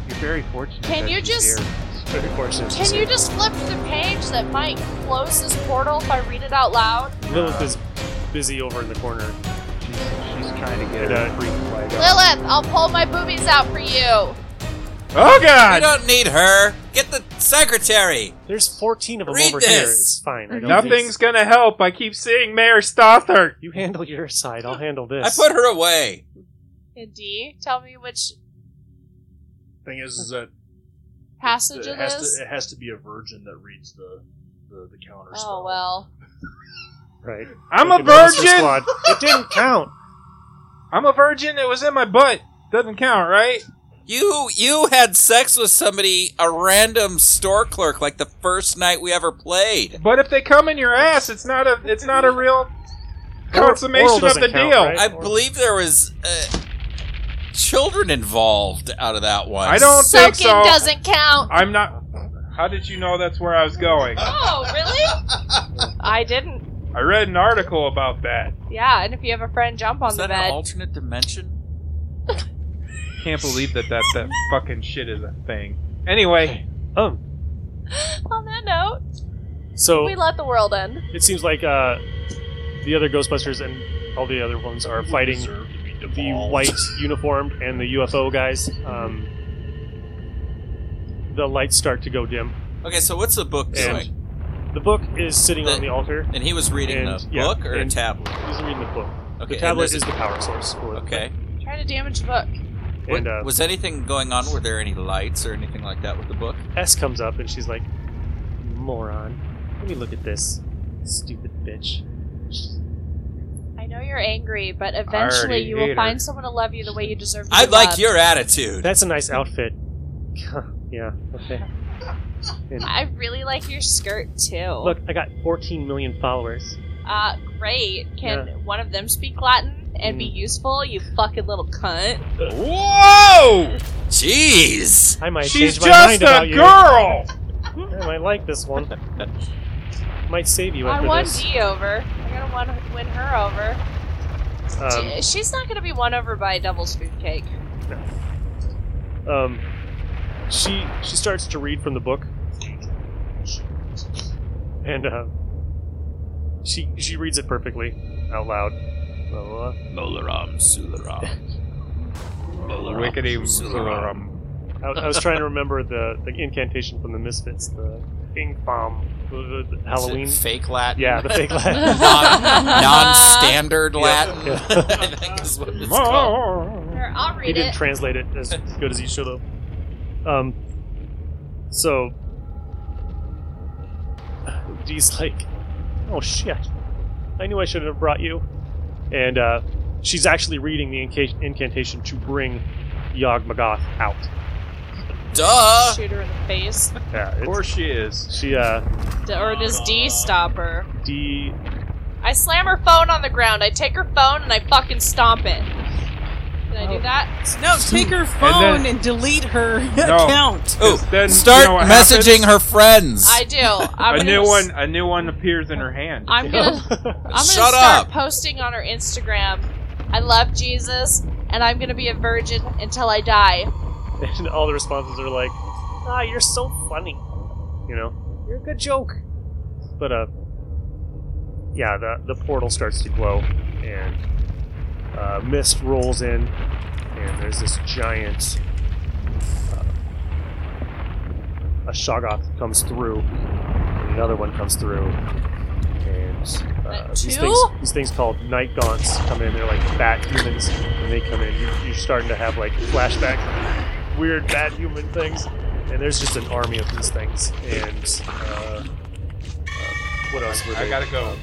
Speaker 3: You're very fortunate.
Speaker 5: Can
Speaker 3: that
Speaker 5: you
Speaker 3: she's
Speaker 5: just-
Speaker 3: here.
Speaker 2: Very fortunate.
Speaker 5: Can you just flip to the page that might close this portal if I read it out loud?
Speaker 2: Lilith is busy over in the corner.
Speaker 3: She's, she's trying to
Speaker 2: And,
Speaker 3: get
Speaker 2: uh,
Speaker 3: a free flag up.
Speaker 5: Lilith, I'll pull my boobies out for you.
Speaker 3: Oh
Speaker 4: I
Speaker 3: god!
Speaker 4: don't need her. Get the secretary.
Speaker 2: There's 14 of them
Speaker 4: Read
Speaker 2: over
Speaker 4: this.
Speaker 2: here. It's fine. I don't
Speaker 3: Nothing's
Speaker 2: think-
Speaker 3: gonna help. I keep seeing Mayor Stothert.
Speaker 2: You handle your side. I'll handle
Speaker 4: I
Speaker 2: this.
Speaker 4: put her away.
Speaker 5: And D, tell me which
Speaker 7: Thing is, is that
Speaker 5: passage
Speaker 7: it
Speaker 5: it
Speaker 7: has
Speaker 5: is.
Speaker 7: to. It has to be a virgin that reads the the, the counter
Speaker 5: Oh
Speaker 7: spell.
Speaker 5: well.
Speaker 2: right.
Speaker 3: I'm a
Speaker 2: Fucking Monster
Speaker 3: virgin.
Speaker 2: Squad. It didn't count.
Speaker 3: I'm a virgin. It was in my butt. Doesn't count, right?
Speaker 4: You you had sex with somebody, a random store clerk, like the first night we ever played.
Speaker 3: But if they come in your ass, it's not a it's not a real
Speaker 2: Oral- oral
Speaker 3: consummation of
Speaker 2: doesn't
Speaker 3: the
Speaker 2: count,
Speaker 3: deal.
Speaker 2: right?
Speaker 4: I believe there was uh, children involved out of that one.
Speaker 3: I don't
Speaker 5: Soaking
Speaker 3: think so.
Speaker 5: doesn't count.
Speaker 3: I'm not. How did you know that's where I was going?
Speaker 5: oh really? I didn't.
Speaker 3: I read an article about that.
Speaker 5: Yeah, and if you have a friend, jump on
Speaker 4: Is
Speaker 5: the
Speaker 4: that
Speaker 5: bed.
Speaker 4: an alternate dimension?
Speaker 3: Can't believe that that that fucking shit is a thing. Anyway,
Speaker 2: Um,
Speaker 5: on that note,
Speaker 2: so
Speaker 5: we let the world end.
Speaker 2: it seems like uh, the other Ghostbusters and all the other ones are fighting
Speaker 7: Deserve to be
Speaker 2: the
Speaker 7: devolved.
Speaker 2: white uniformed and the UFO guys. Um, the lights start to go dim.
Speaker 4: Okay, so what's the book doing?
Speaker 2: And-
Speaker 4: And,
Speaker 2: The book is sitting on the altar.
Speaker 4: he was reading
Speaker 2: and-
Speaker 4: the
Speaker 2: yeah,
Speaker 4: book or
Speaker 2: and-
Speaker 4: a tablet?
Speaker 2: He's reading the book.
Speaker 4: Okay,
Speaker 2: the
Speaker 4: and
Speaker 2: tablet
Speaker 4: there's
Speaker 2: is the power source for
Speaker 4: a-
Speaker 2: it.
Speaker 4: okay.
Speaker 5: Trying to damage the book.
Speaker 2: And uh,
Speaker 4: was anything going on? Were there any lights or anything like that with the book?
Speaker 2: S comes up and she's like, "Moron, let me look at this, stupid bitch."
Speaker 5: I know you're angry, but
Speaker 3: already
Speaker 5: eventually you
Speaker 3: hate
Speaker 5: will
Speaker 3: her.
Speaker 5: find someone to love you the way you deserve to be
Speaker 4: I like
Speaker 5: loved.
Speaker 4: your attitude.
Speaker 2: That's a nice outfit. yeah. Okay.
Speaker 5: I really like your skirt too.
Speaker 2: Look, I got 14 million followers.
Speaker 5: Uh, great. Can one of them speak Latin and
Speaker 2: Mm.
Speaker 5: be useful? You fucking little cunt.
Speaker 3: whoa!
Speaker 4: Jeez.
Speaker 2: I might
Speaker 3: She's
Speaker 2: change my mind
Speaker 3: just
Speaker 2: about
Speaker 3: a girl.
Speaker 2: you. I might like this one. might save you
Speaker 5: I
Speaker 2: after
Speaker 5: won
Speaker 2: this.
Speaker 5: D over. I gotta won- win her over.
Speaker 2: Um,
Speaker 5: D- She's not gonna be won over by Devil's Food Cake.
Speaker 2: um, she she starts to read from the book, and uh, she she reads it perfectly out loud. Blah, blah,
Speaker 4: Molaram, Sularam. Molaram,
Speaker 3: Wickety
Speaker 4: Sularam.
Speaker 2: blah. I, I was trying to remember the, the incantation from the Misfits, the Ing Pom, the, the- the
Speaker 4: Is it
Speaker 2: Halloween.
Speaker 4: fake Latin.
Speaker 2: Yeah, the fake Latin.
Speaker 4: non, non-standard Latin.
Speaker 2: yeah.
Speaker 4: I think is what it's called.
Speaker 5: Uh, Here, I'll
Speaker 2: he
Speaker 5: read
Speaker 2: didn't
Speaker 5: it.
Speaker 2: translate it as good as he should have. Um, so Dee's like, "Oh shit! I knew I shouldn't have brought you." And uh, she's actually reading the inca- incantation to bring Yog Magoth out.
Speaker 4: Duh.
Speaker 5: Oh, Shoot her in the face?
Speaker 2: Yeah,
Speaker 3: Of
Speaker 2: it's,
Speaker 3: course she is.
Speaker 2: she uh
Speaker 5: D- Or does D stop her?
Speaker 2: D
Speaker 5: I slam her phone on the ground. I take her phone and I fucking stomp it. Did
Speaker 2: Oh.
Speaker 5: I do that?
Speaker 6: No, take her phone and,
Speaker 3: then-
Speaker 6: delete her
Speaker 3: No.
Speaker 6: account.
Speaker 4: Ooh,
Speaker 3: Then,
Speaker 4: Oh, start
Speaker 3: you know what
Speaker 4: messaging
Speaker 3: happens?
Speaker 4: her friends.
Speaker 5: I do. I'm
Speaker 3: A
Speaker 5: gonna
Speaker 3: new
Speaker 5: s-
Speaker 3: one. A new one appears in her hand.
Speaker 5: I'm gonna. I'm gonna
Speaker 4: Shut
Speaker 5: start
Speaker 4: up.
Speaker 5: posting on her Instagram. I love Jesus, and I'm gonna be a virgin until I die.
Speaker 2: and all the responses are like, "Ah, you're so funny," you know, "You're a good joke." But uh, yeah, the the portal starts to glow, and uh, mist rolls in, and there's this giant. Uh, a Shoggoth comes through, and another one comes through, and uh,
Speaker 5: Uh,
Speaker 2: these
Speaker 5: two?
Speaker 2: things these things called night gaunts come in. They're like bat humans, and they come in. You, you're starting to have like flashback weird bat human things, and there's just an army of these things. And uh, uh, what else? Were
Speaker 9: I
Speaker 2: they?
Speaker 9: gotta go.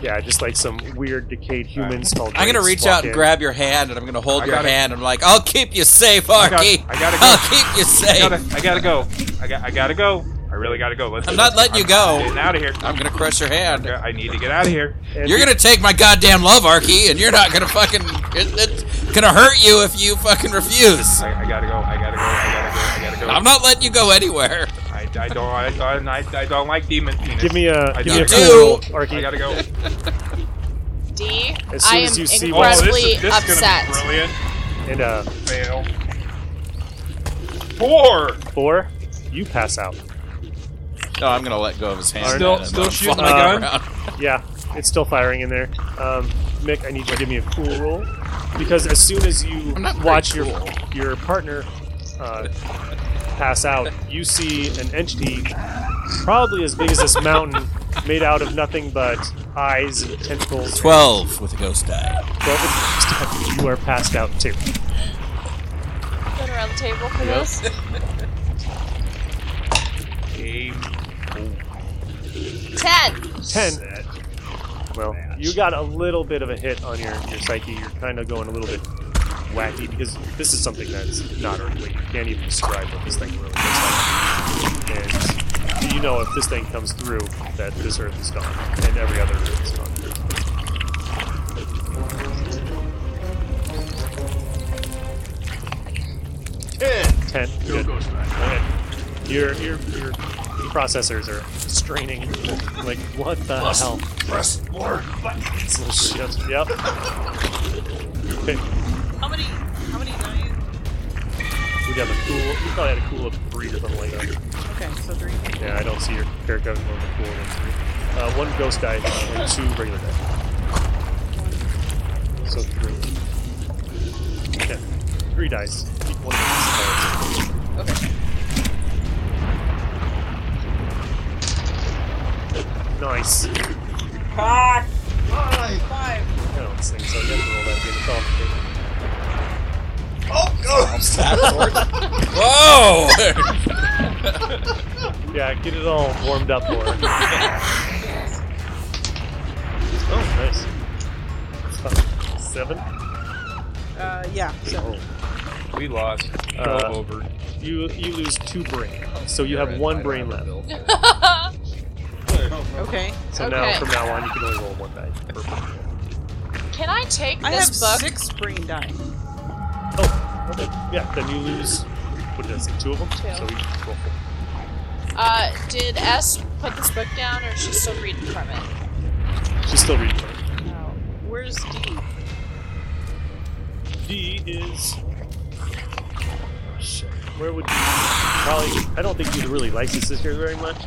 Speaker 2: Yeah, just like some weird decayed humans called.
Speaker 4: I'm gonna
Speaker 2: wraiths
Speaker 4: reach
Speaker 2: walk
Speaker 4: out and
Speaker 2: in.
Speaker 4: grab your hand, and I'm gonna hold
Speaker 3: I
Speaker 4: your
Speaker 3: gotta-
Speaker 4: hand. I'm like, I'll keep you safe, Arky.
Speaker 3: I gotta go.
Speaker 4: I'll keep
Speaker 3: I
Speaker 4: you safe.
Speaker 3: gotta, I gotta go. I, got, I gotta go. I really gotta go. Let's
Speaker 4: I'm not letting you go.
Speaker 3: Getting out of here.
Speaker 4: I'm gonna crush your hand.
Speaker 3: I need to get out of here.
Speaker 2: And
Speaker 4: You're gonna take my goddamn love, Arky, and you're not gonna fucking. It, it's gonna hurt you if you fucking refuse.
Speaker 3: I, I gotta go. I gotta go. I gotta go. I gotta go.
Speaker 4: I'm not letting you go anywhere.
Speaker 3: I, I don't. I, I, I don't like demon penis.
Speaker 2: Give me a
Speaker 3: I
Speaker 2: give me a
Speaker 3: gotta
Speaker 4: go.
Speaker 2: cool roll,
Speaker 3: I
Speaker 2: Arky.
Speaker 3: gotta go.
Speaker 5: D.
Speaker 2: As
Speaker 5: I
Speaker 2: soon
Speaker 5: am
Speaker 2: as you see one-
Speaker 5: incredibly
Speaker 3: oh, this is, this is gonna
Speaker 5: upset.
Speaker 3: be brilliant.
Speaker 2: and uh,
Speaker 3: Fail. Four.
Speaker 2: four, you pass out.
Speaker 4: No, I'm gonna let go of his hand.
Speaker 2: Still-
Speaker 4: and
Speaker 3: still
Speaker 4: I'm
Speaker 3: shooting
Speaker 2: my
Speaker 4: flying
Speaker 3: gun?
Speaker 4: around.
Speaker 2: Yeah, it's still firing in there. Um, Mick, I need you to give me a cool roll because as soon as you
Speaker 4: I'm not very
Speaker 2: watch your
Speaker 4: cool.
Speaker 2: your partner uh, pass out, you see an entity probably as big as this mountain, made out of nothing but eyes and tentacles.
Speaker 4: Twelve with a ghost die.
Speaker 2: Twelve. You are passed out too.
Speaker 5: Been around the table for this.
Speaker 3: Game.
Speaker 5: Ten.
Speaker 2: Ten. Well, you got a little bit of a hit on your, your psyche. You're kind of going a little bit wacky because this is something that's not earthly. You can't even describe what this thing really looks like. And you know if this thing comes through, that this earth is gone and every other earth is gone. Ten. Good.
Speaker 7: goes back.
Speaker 2: Okay. Your your your processors are straining. Like what the hell?
Speaker 7: Press more buttons.
Speaker 2: This little shit. Yep. Okay.
Speaker 6: How many? How many? Nine?
Speaker 2: We got a cool. We probably had a cool of three different later.
Speaker 6: Okay, so three.
Speaker 2: Yeah, I don't see your character having more than cool than three. Uh, one ghost die and two regular die. So three. Okay. Three dice. Keep one of these. Okay. Nice.
Speaker 9: Cock!
Speaker 2: I don't think so. You have to roll that again. It's all okay.
Speaker 4: Whoa!
Speaker 2: Yeah, get it all warmed up for it. Oh, nice. Uh, Seven.
Speaker 6: Uh, yeah. So
Speaker 3: We lost.
Speaker 2: Uh,
Speaker 3: Twelve over.
Speaker 2: You you lose two brain, so you have one brain left.
Speaker 6: okay.
Speaker 2: So now
Speaker 5: Okay.
Speaker 2: from now on, you can only roll one die. per brain.
Speaker 5: Can I take
Speaker 6: I have
Speaker 5: this book?
Speaker 6: six brain die.
Speaker 2: Oh, okay. Yeah, then you lose. What did I say? Two of them.
Speaker 5: Two.
Speaker 2: So we roll four.
Speaker 5: Uh, did S put this book down, or is she still reading from it?
Speaker 2: She's still reading. it.
Speaker 6: Oh, where's D?
Speaker 2: D is. Shit. Where would you probably? I don't think you'd really like this here very much.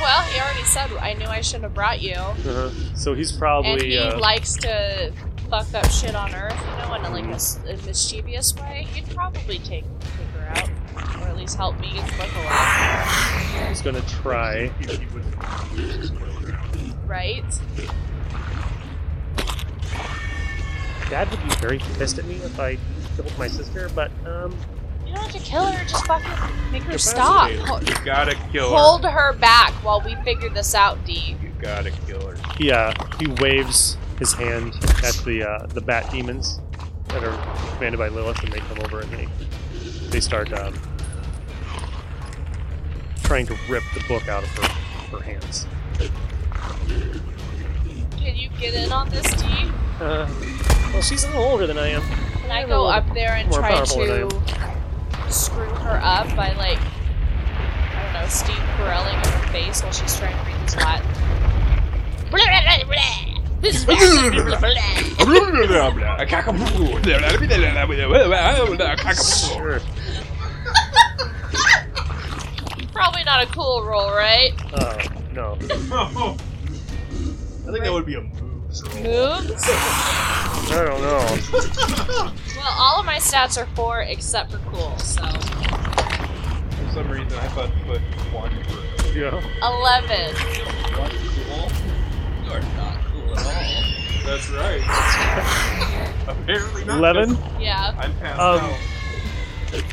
Speaker 5: Well, he already said I knew I shouldn't have brought you,
Speaker 2: Uh-huh. So he's
Speaker 5: and
Speaker 2: probably.
Speaker 5: he
Speaker 2: uh,
Speaker 5: likes to fuck up shit on Earth, you know, in a, like a, s- a mischievous way. He'd probably take take her out, or at least help me get the book away,
Speaker 2: he's gonna try.
Speaker 5: right?
Speaker 2: Dad would be very pissed at me if I killed my sister, but um,
Speaker 5: You don't have to kill her. Just fucking make her stop. Ho-
Speaker 3: You gotta kill
Speaker 5: Hold her back while we figure this out, D.
Speaker 3: her. You gotta kill her.
Speaker 2: he uh, he waves his hand at the uh, the bat demons that are commanded by Lilith, and they come over and they they start um, trying to rip the book out of her, her hands.
Speaker 5: Can you get in on this, D?
Speaker 2: Uh, well, she's a little older than I am.
Speaker 5: Can I go up there and
Speaker 2: More
Speaker 5: try
Speaker 2: powerful
Speaker 5: to
Speaker 2: than
Speaker 5: screw her up by like I don't know, Steve Carelling in her face while she's trying to read this Latin?
Speaker 2: Sure.
Speaker 5: Probably not a cool roll, right?
Speaker 2: Uh, no.
Speaker 7: I think that would be a moves.
Speaker 5: Moves?
Speaker 2: I don't know.
Speaker 5: Well, all of my stats are four except for cool, so
Speaker 9: For some reason, I thought you put one for
Speaker 2: Yeah.
Speaker 5: eleven.
Speaker 9: one cool.
Speaker 4: You're not cool at
Speaker 9: That's right. Apparently not.
Speaker 2: Eleven.
Speaker 5: Yeah.
Speaker 9: I'm passed
Speaker 2: Um,
Speaker 9: out.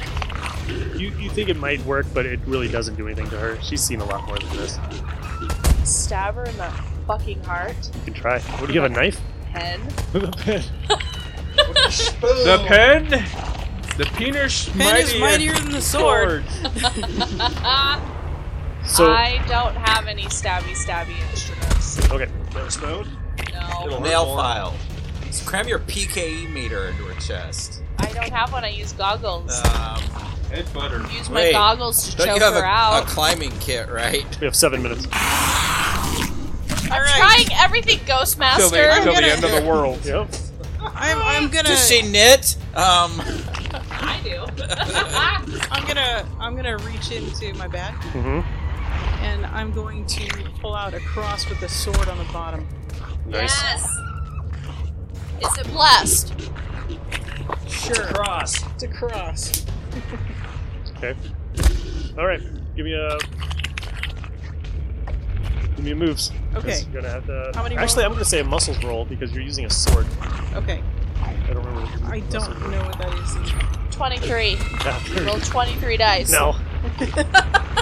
Speaker 2: You you think it might work, but it really doesn't do anything to her. She's seen a lot more than this.
Speaker 5: Stab her in the fucking heart.
Speaker 2: You can try. What do you have a knife?
Speaker 5: Pen.
Speaker 2: With a pen.
Speaker 3: The pen, the penis,
Speaker 6: Pen is mightier than the sword.
Speaker 2: So
Speaker 5: I don't have any stabby stabby instruments.
Speaker 2: okay.
Speaker 4: all.
Speaker 5: No.
Speaker 4: Nail file. Just cram your PKE meter into her chest.
Speaker 5: I don't have one, I use goggles.
Speaker 4: Um,
Speaker 9: Head butter.
Speaker 5: use my
Speaker 4: wait.
Speaker 5: goggles to
Speaker 4: don't
Speaker 5: choke
Speaker 4: you have
Speaker 5: her
Speaker 4: a, a
Speaker 5: out.
Speaker 4: climbing kit, right?
Speaker 2: We have seven minutes.
Speaker 5: I'm
Speaker 6: Alright.
Speaker 5: trying everything,
Speaker 3: till
Speaker 5: Ghostmaster.
Speaker 3: the, till
Speaker 6: gonna-
Speaker 3: the end of the world.
Speaker 2: Yep.
Speaker 6: I'm, I'm gonna.
Speaker 4: Does she knit? Um,
Speaker 5: I do.
Speaker 6: I'm gonna. I'm gonna reach into my bag
Speaker 2: Mm-hmm.
Speaker 6: and I'm going to pull out a cross with a sword on the bottom.
Speaker 2: Nice.
Speaker 5: Yes. Is it blessed?
Speaker 6: Sure.
Speaker 7: Cross.
Speaker 6: It's a cross.
Speaker 2: Okay. All right. Give me a. Give me a moves. 'cause
Speaker 6: Okay.
Speaker 2: You're gonna have to.
Speaker 6: How many
Speaker 2: Actually, I'm gonna say a muscles roll because you're using a sword.
Speaker 6: Okay.
Speaker 2: I don't remember. What
Speaker 6: I don't know what that is.
Speaker 5: 23.
Speaker 2: your
Speaker 5: Roll 23 dice.
Speaker 2: No.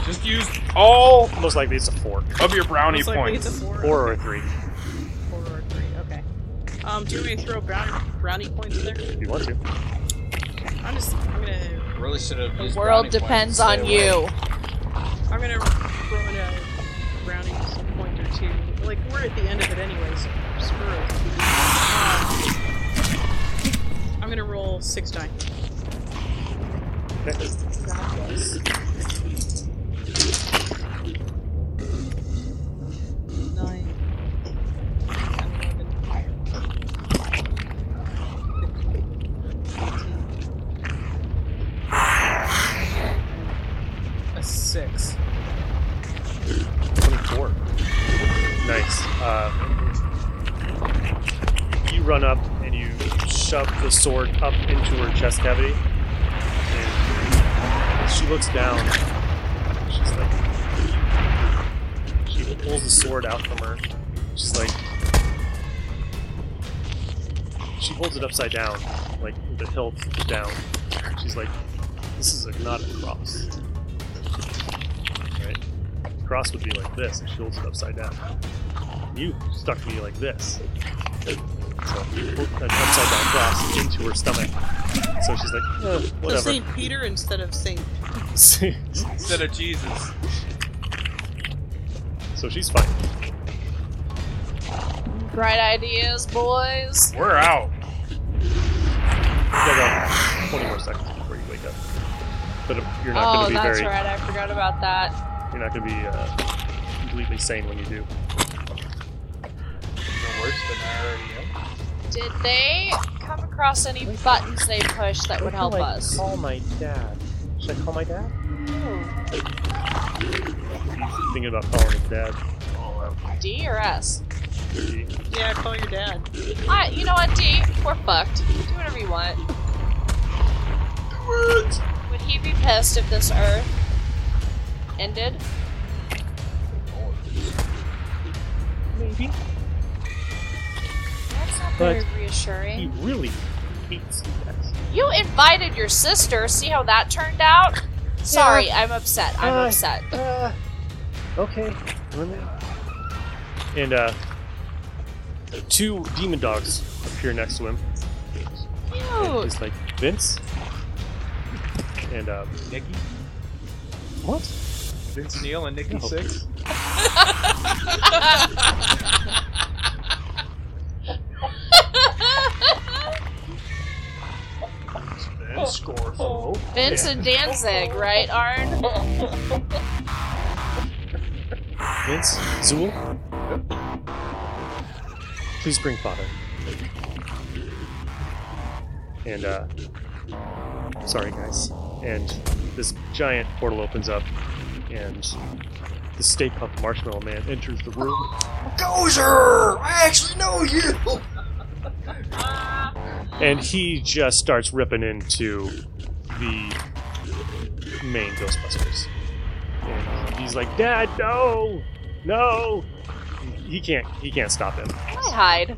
Speaker 3: Just use all
Speaker 2: Most likely it's a four,
Speaker 3: of your brownie
Speaker 6: It's like it's a four,
Speaker 3: points.
Speaker 2: four or a three,
Speaker 6: four or a three. Okay. Um, do you want me to throw brownie, brownie points in there?
Speaker 2: if you want to.
Speaker 6: I'm just. I'm gonna.
Speaker 4: really should have.
Speaker 5: The
Speaker 4: used
Speaker 5: world
Speaker 4: brownie points
Speaker 5: depends
Speaker 4: to stay
Speaker 5: on
Speaker 4: away.
Speaker 5: you.
Speaker 6: I'm gonna throw in a brownie point or two. Like we're at the end of it anyway, so screw it. Um, I'm gonna roll six die.
Speaker 2: Okay.
Speaker 6: Nine. 10, 11, 15, 18. A six.
Speaker 2: Twenty-four. Nice. Uh, you run up and you shove the sword up into her chest cavity, and she looks down. She's like, she pulls the sword out from her. She's like, she holds it upside down, like with the hilt down. She's like, this is a, not a cross. Right? cross would be like this, and she holds it upside down. You stuck me like this. So you put an upside down cross into her stomach. So she's like, eh,
Speaker 6: So
Speaker 2: whatever.
Speaker 6: Saint Peter instead of Saint.
Speaker 3: Instead of Jesus.
Speaker 2: so she's fine.
Speaker 5: Bright ideas, boys.
Speaker 3: We're out.
Speaker 2: You got about 20 more seconds before you wake up. But you're not
Speaker 5: Oh,
Speaker 2: going to be
Speaker 5: that's
Speaker 2: very,
Speaker 5: right. I forgot about that.
Speaker 2: you're not going to be uh, completely sane when you do.
Speaker 5: Did they come across any buttons they pushed that would help us?
Speaker 2: Call my dad. Should I call my dad? He's thinking about calling his dad.
Speaker 5: D or S?
Speaker 2: He-
Speaker 6: Yeah, call your dad.
Speaker 5: I, you know what, D? We're fucked. Do whatever you want. Would he be pissed if this Earth ended?
Speaker 2: Maybe.
Speaker 5: That's not
Speaker 2: But-
Speaker 5: very
Speaker 2: He
Speaker 5: reassuring.
Speaker 2: really hates you guys.
Speaker 5: You invited your sister. See how that turned out? Sorry, I'm upset. I'm
Speaker 2: Uh,
Speaker 5: upset.
Speaker 2: Uh, okay. And uh, two demon dogs appear next to him. And
Speaker 5: Cute.
Speaker 2: he's like Vince and uh, Nikki. What?
Speaker 3: Vince Neil and Nikki Six.
Speaker 9: And score flow.
Speaker 5: Vince and Danzig, right, Arn?
Speaker 2: Vince, Zool, please bring father. And uh, sorry guys. And this giant portal opens up, and the Stay Puft Marshmallow Man enters the room,
Speaker 7: Gozer! I actually know you!
Speaker 2: and he just starts ripping into the main Ghostbusters. And uh, he's like, "Dad, no, no!" He can't. He can't stop him.
Speaker 5: I hide.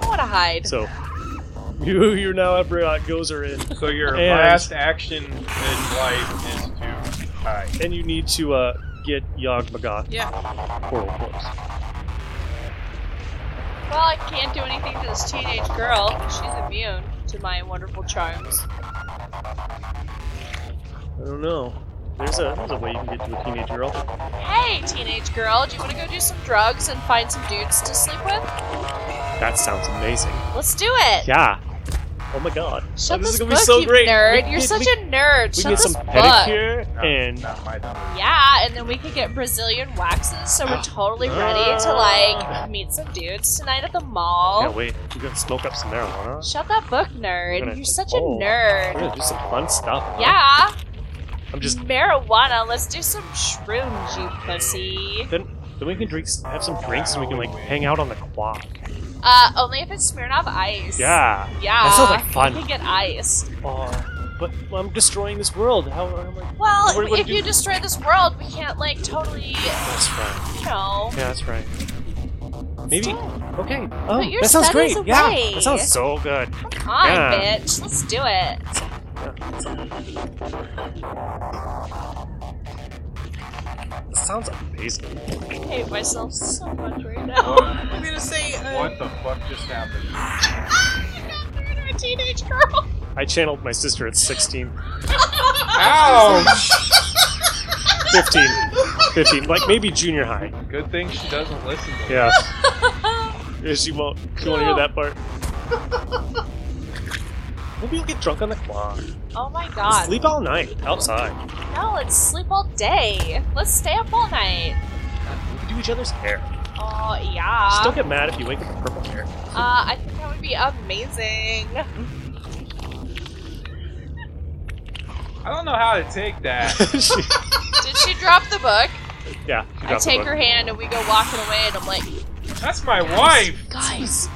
Speaker 5: I want to hide.
Speaker 2: So you you now have uh, Gozer in,
Speaker 9: So your
Speaker 2: And-
Speaker 9: last action in life is to hide.
Speaker 2: and you need to uh, get Yog Magoth
Speaker 6: Yeah.
Speaker 2: portal closed.
Speaker 5: Well, I can't do anything to this teenage girl. She's immune to my wonderful charms.
Speaker 2: I don't know. There's a there's a way you can get to a teenage girl.
Speaker 5: Hey, teenage girl, do you want to go do some drugs and find some dudes to sleep with?
Speaker 2: That sounds amazing.
Speaker 5: Let's do it.
Speaker 2: Yeah. Oh my god.
Speaker 5: Shut
Speaker 2: this
Speaker 5: this,
Speaker 2: is gonna
Speaker 5: book,
Speaker 2: be so
Speaker 5: you
Speaker 2: great.
Speaker 5: nerd.
Speaker 2: We-
Speaker 5: You're
Speaker 2: we-
Speaker 5: such
Speaker 2: we-
Speaker 5: a nerd.
Speaker 2: we
Speaker 5: Shut
Speaker 2: get
Speaker 5: this
Speaker 2: some
Speaker 5: book.
Speaker 2: pedicure
Speaker 9: No,
Speaker 2: and
Speaker 9: not my number.
Speaker 5: Yeah, and then we could get Brazilian waxes, so we're totally ready to like meet some dudes tonight at the
Speaker 2: yeah,
Speaker 5: mall.
Speaker 2: wait. We're gonna smoke up some marijuana.
Speaker 5: Shut that book,
Speaker 2: We're
Speaker 5: nerd.
Speaker 2: gonna-
Speaker 5: You're such a
Speaker 2: oh. We're
Speaker 5: nerd.
Speaker 2: gonna do some fun stuff. huh?
Speaker 5: Yeah,
Speaker 2: I'm just.
Speaker 5: marijuana. Let's do some shrooms, you pussy.
Speaker 2: Then then we can drink s- have some drinks and we can like hang out on the quad.
Speaker 5: Uh, only if it's Smirnoff Ice.
Speaker 2: Yeah.
Speaker 5: Yeah.
Speaker 2: That sounds like fun.
Speaker 5: You can get ice.
Speaker 2: Oh, but I'm destroying this world. How am I?
Speaker 5: Well,
Speaker 2: What- what
Speaker 5: if
Speaker 2: do you-
Speaker 5: you destroy this world, we can't like totally,
Speaker 2: That's right.
Speaker 5: you know.
Speaker 2: Yeah, that's right. Maybe. Okay. Oh,
Speaker 5: Put your
Speaker 2: that sounds
Speaker 5: feathers
Speaker 2: great. Yeah.
Speaker 5: away.
Speaker 2: That sounds so good.
Speaker 5: Come on,
Speaker 2: Yeah.
Speaker 5: bitch. Let's do it.
Speaker 2: That sounds amazing.
Speaker 5: I hate myself so much right now.
Speaker 6: I'm gonna say. Uh,
Speaker 9: What the fuck just happened?
Speaker 5: I got through to a teenage girl.
Speaker 2: I channeled my sister at 16.
Speaker 9: Ouch!
Speaker 2: 15. 15. Like maybe junior high.
Speaker 9: Good thing she doesn't listen to
Speaker 2: Yeah. yeah she won't. She won't hear that part. Maybe you'll get drunk on the quad.
Speaker 5: Oh my god.
Speaker 2: Sleep all night outside.
Speaker 5: No, let's sleep all day. Let's stay up all night.
Speaker 2: We can do each other's hair.
Speaker 5: Oh yeah.
Speaker 2: Just don't get mad if you wake up with purple hair.
Speaker 5: uh, I think that would be amazing.
Speaker 9: I don't know how to take that.
Speaker 2: She-
Speaker 5: Did she drop the book?
Speaker 2: yeah. she
Speaker 5: I
Speaker 2: dropped the
Speaker 5: take
Speaker 2: book.
Speaker 5: her hand and we go walking away, and I'm like,
Speaker 9: That's my wife!
Speaker 5: guys.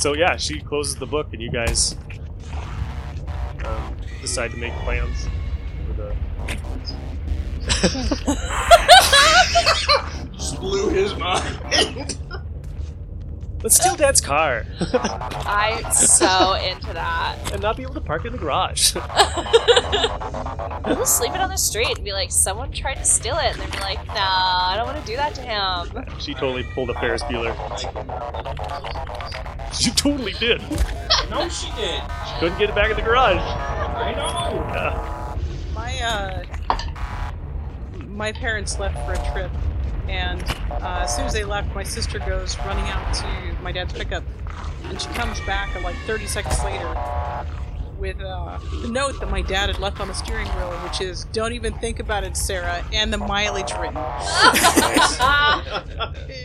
Speaker 2: So yeah, she closes the book, and you guys um, decide to make plans for the
Speaker 7: Just blew his mind.
Speaker 2: let's steal Dad's car
Speaker 5: I'm so into that.
Speaker 2: and not be able to park in the garage.
Speaker 5: We'll sleep it on the street and be like, someone tried to steal it, and they'd be like, nah, I don't want to do that to him.
Speaker 2: she totally pulled a Ferris Bueller. She totally did.
Speaker 9: No, she did.
Speaker 2: She couldn't get it back in the garage.
Speaker 9: I know.
Speaker 2: Uh,
Speaker 6: my uh, my parents left for a trip, and uh, as soon as they left, my sister goes running out to my dad's pickup, and she comes back uh, like 30 seconds later with uh, the note that my dad had left on the steering wheel, which is "Don't even think about it, Sarah," and the mileage written.
Speaker 5: Ah.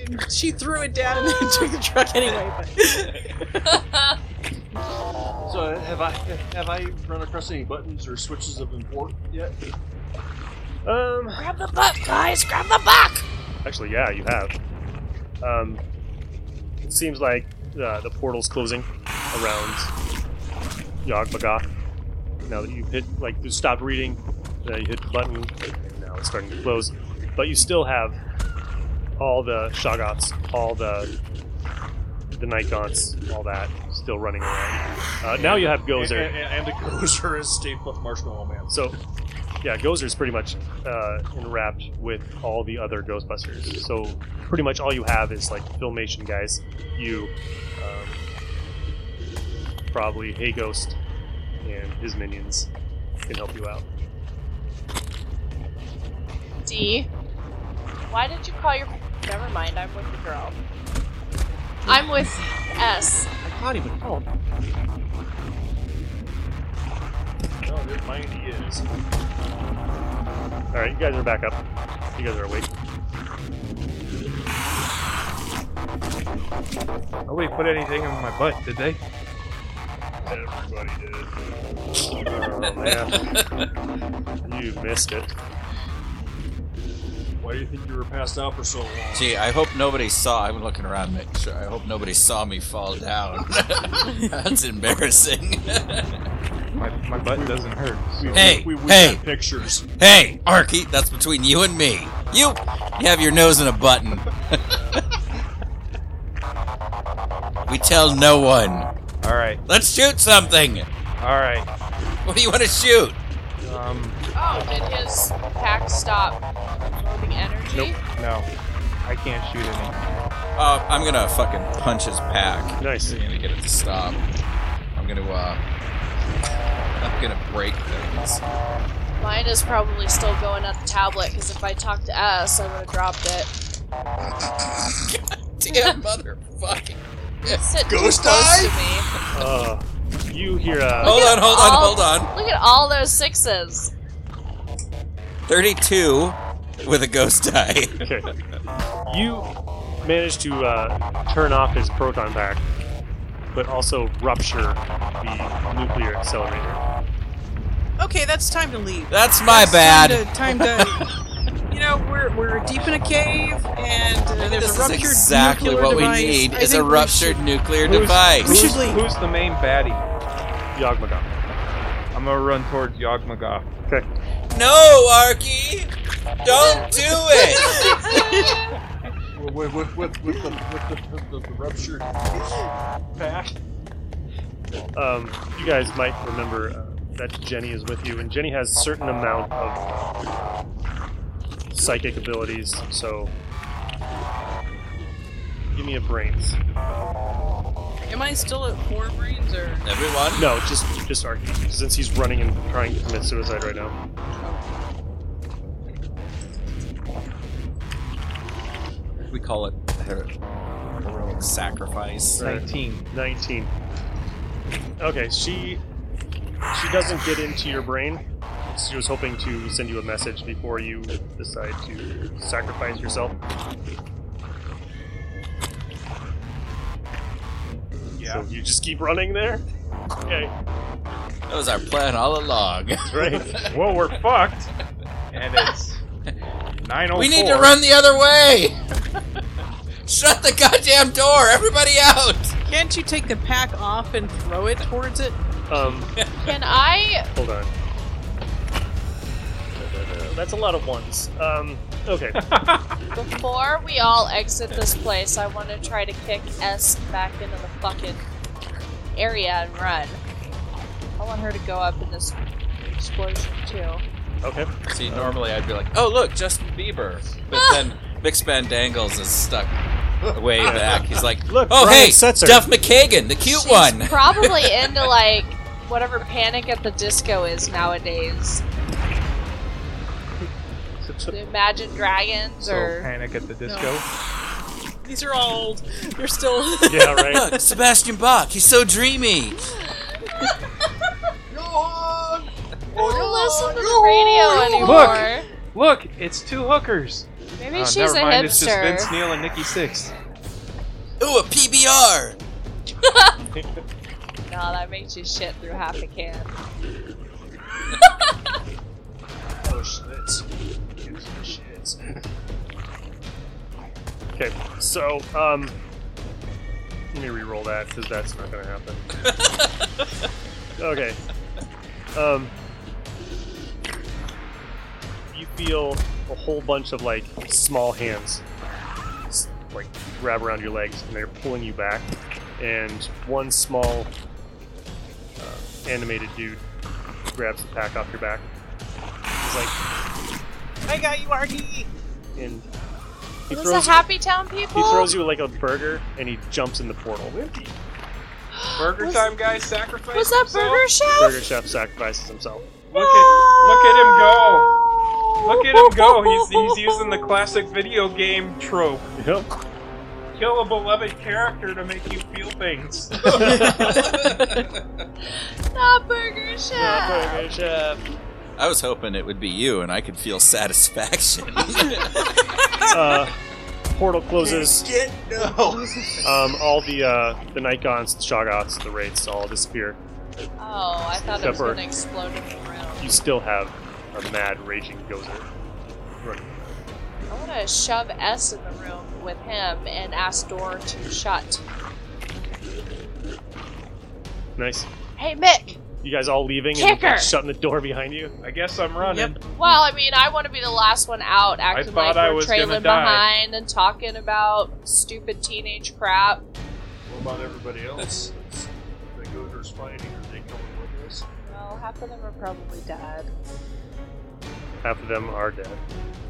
Speaker 6: And she threw it down and then took the truck anyway. But
Speaker 7: So have I have I run across any buttons or switches of import yet?
Speaker 2: um,
Speaker 5: grab the book, guys, grab the book!
Speaker 2: actually, yeah, you have. Um, it seems like uh, the portal's closing around Yog Magoth. Now that you've hit, like, you stopped reading, uh, you hit the button, and now it's starting to close. But you still have all the Shoggoths, all the the Nightgaunts, all that still running around. Uh, now you have Gozer.
Speaker 7: And, and, and a Gozer is Stay Puft Marshmallow Man.
Speaker 2: So, yeah, Gozer's pretty much uh, enwrapped with all the other Ghostbusters. So, pretty much all you have is like Filmation guys, you, um, probably Hey Ghost, and his minions. can help you out.
Speaker 5: D. Why did you call your? Never mind. I'm with the girl. I'm with S.
Speaker 2: I can't even help. No, there mighty is. Alright, you guys are back up. You guys are awake.
Speaker 3: Nobody put anything in my butt, did they?
Speaker 2: Everybody did. Oh, man. you missed it.
Speaker 7: Why do you think you were passed out for so long?
Speaker 4: Gee, I hope nobody saw. I'm looking around, make sure. I hope nobody saw me fall down. That's embarrassing.
Speaker 3: My, my butt doesn't hurt. so-
Speaker 4: Hey,
Speaker 7: we wish
Speaker 4: hey.
Speaker 7: had pictures.
Speaker 4: hey, Arky, that's between you and me. You, you have your nose in a button. we tell no one.
Speaker 3: All right,
Speaker 4: Let's shoot something.
Speaker 3: all right.
Speaker 4: What do you want to shoot?
Speaker 3: Um,
Speaker 5: Oh, did his pack stop absorbing energy?
Speaker 3: nope, no, I can't shoot anything.
Speaker 4: Uh, I'm gonna fucking punch his pack.
Speaker 2: Nice.
Speaker 4: I'm gonna get it to stop. I'm gonna uh, I'm gonna break things.
Speaker 5: Mine is probably still going at the tablet because if I talked to S, I would have dropped it.
Speaker 4: Damn motherfucking.
Speaker 5: Sit too
Speaker 7: Ghost
Speaker 5: close
Speaker 7: eye?
Speaker 5: to me.
Speaker 2: Uh, you hear uh,
Speaker 4: Hold on, hold on,
Speaker 5: All-
Speaker 4: hold on.
Speaker 5: Look at all those sixes.
Speaker 4: 32 with a ghost die.
Speaker 2: okay. You manage to uh, turn off his proton pack, but also rupture the nuclear accelerator.
Speaker 6: Okay, that's time to leave.
Speaker 4: That's my
Speaker 6: It's
Speaker 4: bad.
Speaker 6: Time to, time to you know, we're, we're deep in a cave, and uh, there's
Speaker 4: This
Speaker 6: a
Speaker 4: is
Speaker 6: ruptured
Speaker 4: exactly
Speaker 6: nuclear
Speaker 4: what we
Speaker 6: device.
Speaker 4: need
Speaker 6: I
Speaker 4: is a
Speaker 6: think we
Speaker 4: ruptured
Speaker 6: should-
Speaker 4: nuclear
Speaker 6: We
Speaker 3: Who's-
Speaker 4: device.
Speaker 6: should
Speaker 3: Who's,
Speaker 6: leave.
Speaker 3: who's the main baddie?
Speaker 2: Yagmaga.
Speaker 3: I'm gonna run towards Yogmagoth.
Speaker 4: No, Arky! Don't do it!
Speaker 7: With, with, with, with, with, the, with the, the, the ruptured back.
Speaker 2: um, you guys might remember uh, that Jenny is with you, and Jenny has certain amount of psychic abilities. So, give me a brains.
Speaker 6: Am I still at four brains or?
Speaker 4: Everyone?
Speaker 2: No, just just Arky, since he's running and trying to commit suicide right now.
Speaker 4: We call it her- heroic sacrifice.
Speaker 2: Right.
Speaker 3: Nineteen.
Speaker 2: Nineteen. Okay, she she doesn't get into your brain. She was hoping to send you a message before you decide to sacrifice yourself.
Speaker 7: Yeah.
Speaker 2: So you just keep running there. Okay,
Speaker 4: That was our plan all along.
Speaker 2: that's right.
Speaker 3: Well, we're fucked. And it's nine oh four.
Speaker 4: We need to run the other way! Shut the goddamn door! Everybody out!
Speaker 6: Can't you take the pack off and throw it towards it?
Speaker 2: Um,
Speaker 5: Can I?
Speaker 2: Hold on. That's a lot of ones. Um, okay.
Speaker 5: Before we all exit this place, I want to try to kick S back into the fucking area and run. I want her to go up in this explosion too.
Speaker 2: Okay.
Speaker 4: See, normally I'd be like, oh, look, Justin Bieber. But then Mix Bandangles is stuck way back. He's like,
Speaker 2: Look.
Speaker 4: oh,
Speaker 2: Brian
Speaker 4: hey,
Speaker 2: Setzer.
Speaker 4: Duff McKagan, the cute
Speaker 5: She's
Speaker 4: one.
Speaker 5: probably into like whatever Panic at the Disco is nowadays. The Imagine Dragons
Speaker 3: So
Speaker 5: or
Speaker 3: panic at the disco.
Speaker 6: These are all old. They're still.
Speaker 2: Yeah. Right.
Speaker 4: Look, Sebastian Bach, he's so dreamy.
Speaker 7: Johan!
Speaker 5: I don't listen to the radio
Speaker 3: Look.
Speaker 5: anymore.
Speaker 3: Look, it's two hookers.
Speaker 5: Maybe
Speaker 9: Uh,
Speaker 3: Oh,
Speaker 5: she's
Speaker 3: never
Speaker 5: a
Speaker 3: mind. It's just Vince
Speaker 5: hipster.
Speaker 3: Neil and Nikki Six.
Speaker 4: Ooh, a PBR.
Speaker 5: No, that makes you shit through half a can.
Speaker 7: Oh, shit. Gives a shit.
Speaker 2: Okay. So, um, let me re-roll that because that's not gonna happen. okay. Um, you feel a whole bunch of like small hands, s- like grab around your legs, and they're pulling you back. And one small uh, animated dude grabs the pack off your back. He's like,
Speaker 6: I got you, Arky.
Speaker 2: and he
Speaker 5: Is this
Speaker 2: throws,
Speaker 5: a Happy Town people?
Speaker 2: he throws you like a burger, and he jumps in the portal.
Speaker 9: Burger
Speaker 5: Was-
Speaker 9: time guy sacrifice.
Speaker 5: What's that
Speaker 9: himself?
Speaker 5: Burger Chef?
Speaker 2: Burger Chef sacrifices himself.
Speaker 9: Look at look at him go. Look at him go. He's he's using the classic video game trope.
Speaker 2: Yep.
Speaker 9: Kill a beloved character to make you feel things.
Speaker 5: Not Burger Chef!
Speaker 4: I was hoping it would be you, and I could feel satisfaction.
Speaker 2: Uh, portal closes.
Speaker 7: Get no.
Speaker 2: Um, all the uh, the Nikons, the Shoggoths, the Wraiths all disappear.
Speaker 5: Oh, I thought it was
Speaker 2: Pepper.
Speaker 5: gonna explode in the room.
Speaker 2: You still have a mad, raging Gozer. running.
Speaker 5: I wanna shove S in the room with him and ask door to shut.
Speaker 2: Nice.
Speaker 5: Hey Mick!
Speaker 2: You guys all leaving
Speaker 5: Kicker!
Speaker 2: and shutting the door behind you?
Speaker 9: I guess I'm running.
Speaker 5: Well, I mean, I want to be the last one out, acting
Speaker 9: thought
Speaker 5: like
Speaker 9: I
Speaker 5: we're
Speaker 9: was
Speaker 5: trailing
Speaker 9: gonna die.
Speaker 5: behind and talking about stupid teenage crap.
Speaker 9: What about everybody else? The Goaters fighting. Are they coming with us?
Speaker 5: Well, half of them are probably dead.
Speaker 2: Half of them are dead.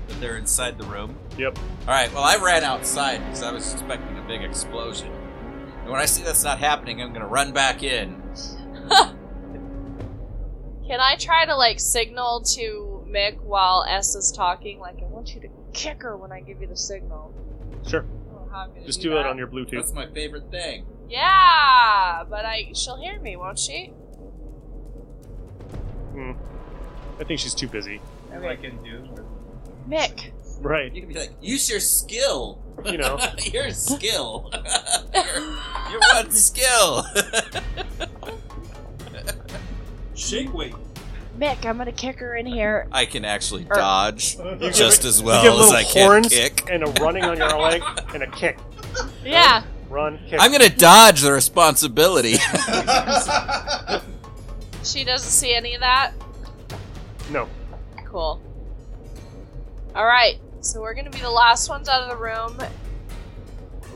Speaker 4: But they're inside the room.
Speaker 2: Yep.
Speaker 4: All right. Well, I ran outside because I was expecting a big explosion. And when I see that's not happening, I'm gonna run back in.
Speaker 5: Can I try to like signal to Mick while S is talking? Like, I want you to kick her when I give you the signal.
Speaker 2: Sure.
Speaker 5: I don't know how I'm gonna
Speaker 2: Just
Speaker 5: do
Speaker 2: do it
Speaker 5: that.
Speaker 2: on your Bluetooth.
Speaker 4: That's my favorite thing.
Speaker 5: Yeah, but I she'll hear me, won't she?
Speaker 2: I think she's too busy.
Speaker 9: Like in Doom.
Speaker 5: Mick,
Speaker 2: Right.
Speaker 4: You can be like, use your skill.
Speaker 2: You know.
Speaker 4: your skill. your, your one skill.
Speaker 9: Shake weight.
Speaker 5: Mick, I'm gonna kick her in here.
Speaker 4: I can actually
Speaker 5: Or-
Speaker 4: dodge
Speaker 2: give
Speaker 4: just
Speaker 2: it-
Speaker 4: as
Speaker 2: you give
Speaker 4: well as
Speaker 2: little
Speaker 4: I can
Speaker 2: horns
Speaker 4: kick.
Speaker 2: And a running on your leg and a kick.
Speaker 5: Yeah,
Speaker 2: Run, kick.
Speaker 4: I'm gonna dodge the responsibility.
Speaker 5: Oh. she doesn't see any of that.
Speaker 2: No.
Speaker 5: Cool. All right, so we're gonna be the last ones out of the room.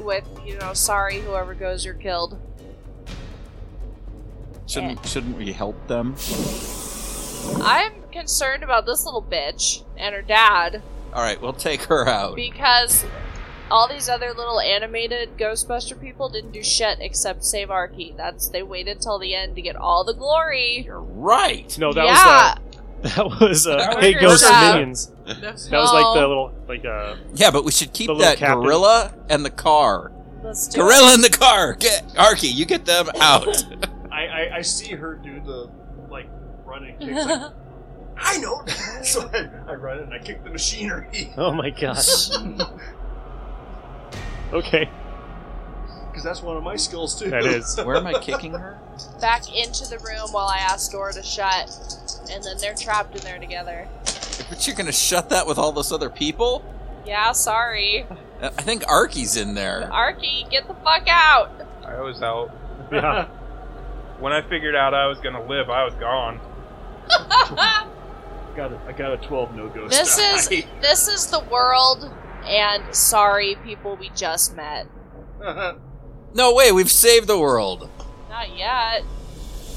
Speaker 5: With you know, sorry, whoever goes, you're killed.
Speaker 4: shouldn't shouldn't we help them?
Speaker 5: I'm concerned about this little bitch and her dad
Speaker 4: All right, we'll take her out.
Speaker 5: because all these other little animated Ghostbuster people didn't do shit except save Arky. That's they waited till the end to get all the glory.
Speaker 4: You're right.
Speaker 2: No, that was
Speaker 5: yeah,
Speaker 2: uh, that was uh,
Speaker 4: That
Speaker 2: hey
Speaker 5: was
Speaker 2: ghost
Speaker 5: good.
Speaker 2: minions.
Speaker 6: That's
Speaker 2: That was like the
Speaker 5: No.
Speaker 2: little like uh
Speaker 4: Yeah, but we should keep
Speaker 2: The little
Speaker 4: that
Speaker 2: captain.
Speaker 4: gorilla and the car.
Speaker 5: let's do it.
Speaker 4: Gorilla in the car. Get Arky, you get them out.
Speaker 7: I, I I see her do the like running. Kicks. Like, I know. so I, I run and I kick the machinery
Speaker 2: oh my gosh. okay,
Speaker 7: because that's one of my skills too.
Speaker 2: that is.
Speaker 4: Where am I kicking her?
Speaker 5: Back into the room while I ask Dora to shut, and then they're trapped in there together.
Speaker 4: But you're gonna shut that with all those other people?
Speaker 5: Yeah, sorry,
Speaker 4: Uh, I think Arky's in there.
Speaker 5: Arky, get the fuck out.
Speaker 9: I was out.
Speaker 2: Yeah.
Speaker 9: When I figured out I was gonna live, I was gone.
Speaker 7: Got a, I got a twelve no go.
Speaker 5: This is this is the world, and sorry, people we just met.
Speaker 4: No way, we've saved the world.
Speaker 5: Not yet.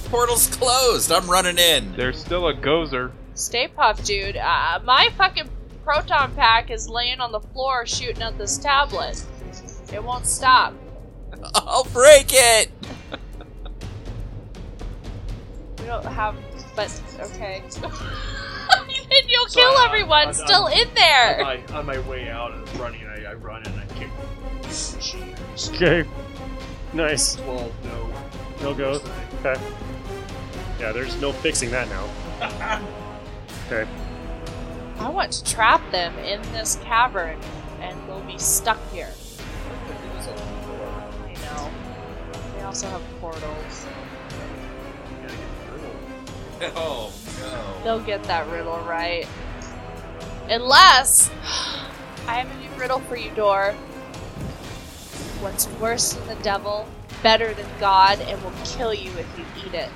Speaker 4: Portal's closed. I'm running in.
Speaker 9: There's still a gozer.
Speaker 5: Stay puff, dude. Uh, my fucking proton pack is laying on the floor shooting at this tablet. It won't stop.
Speaker 4: I'll break it.
Speaker 5: We don't have, but okay. then you'll kill everyone still in there.
Speaker 7: I, on my way out and running, I, I run and I kick the machinery.
Speaker 2: Okay. Nice.
Speaker 7: Twelve no.
Speaker 2: No go. Okay. Yeah, there's no fixing that now.
Speaker 5: I want to trap them in this cavern, and we'll be stuck here.
Speaker 7: uh,
Speaker 5: I know. They also have portals.
Speaker 4: Oh no.
Speaker 5: They'll get that riddle right. Unless I have a new riddle for you, Dor. What's worse than the devil, better than God, and will kill you if you eat it.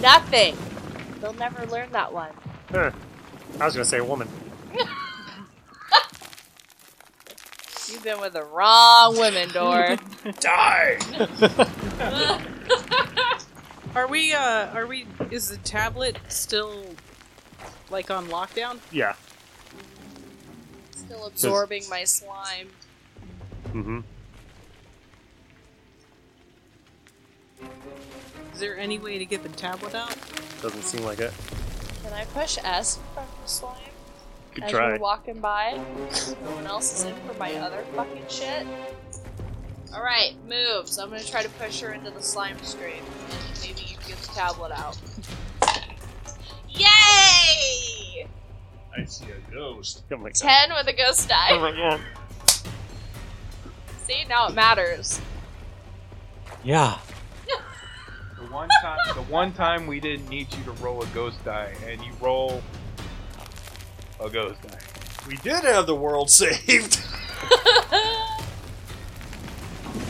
Speaker 5: Nothing. They'll never learn that one.
Speaker 2: I was gonna say woman.
Speaker 5: You've been with the wrong women, Dor.
Speaker 7: Die.
Speaker 6: Are we, uh, are we, is the tablet still, like, on lockdown?
Speaker 2: Yeah.
Speaker 5: Still absorbing my slime.
Speaker 2: Mm-hmm.
Speaker 6: there any way to get the tablet out?
Speaker 2: Doesn't seem like it.
Speaker 5: Can I push S in front of the slime?
Speaker 2: Good
Speaker 5: As
Speaker 2: try.
Speaker 5: we're walking by, no one else is in for my other fucking shit. Alright, move. So I'm gonna try to push her into the slime stream. And maybe you can get the tablet out. Yay!
Speaker 7: I see a ghost.
Speaker 2: Oh my god.
Speaker 5: 10 with a ghost
Speaker 2: Oh
Speaker 5: die.
Speaker 2: my god.
Speaker 5: See, now it matters.
Speaker 4: Yeah.
Speaker 9: The one time, the one time we didn't need you to roll a ghost die, and you roll a ghost die.
Speaker 7: We did have the world saved.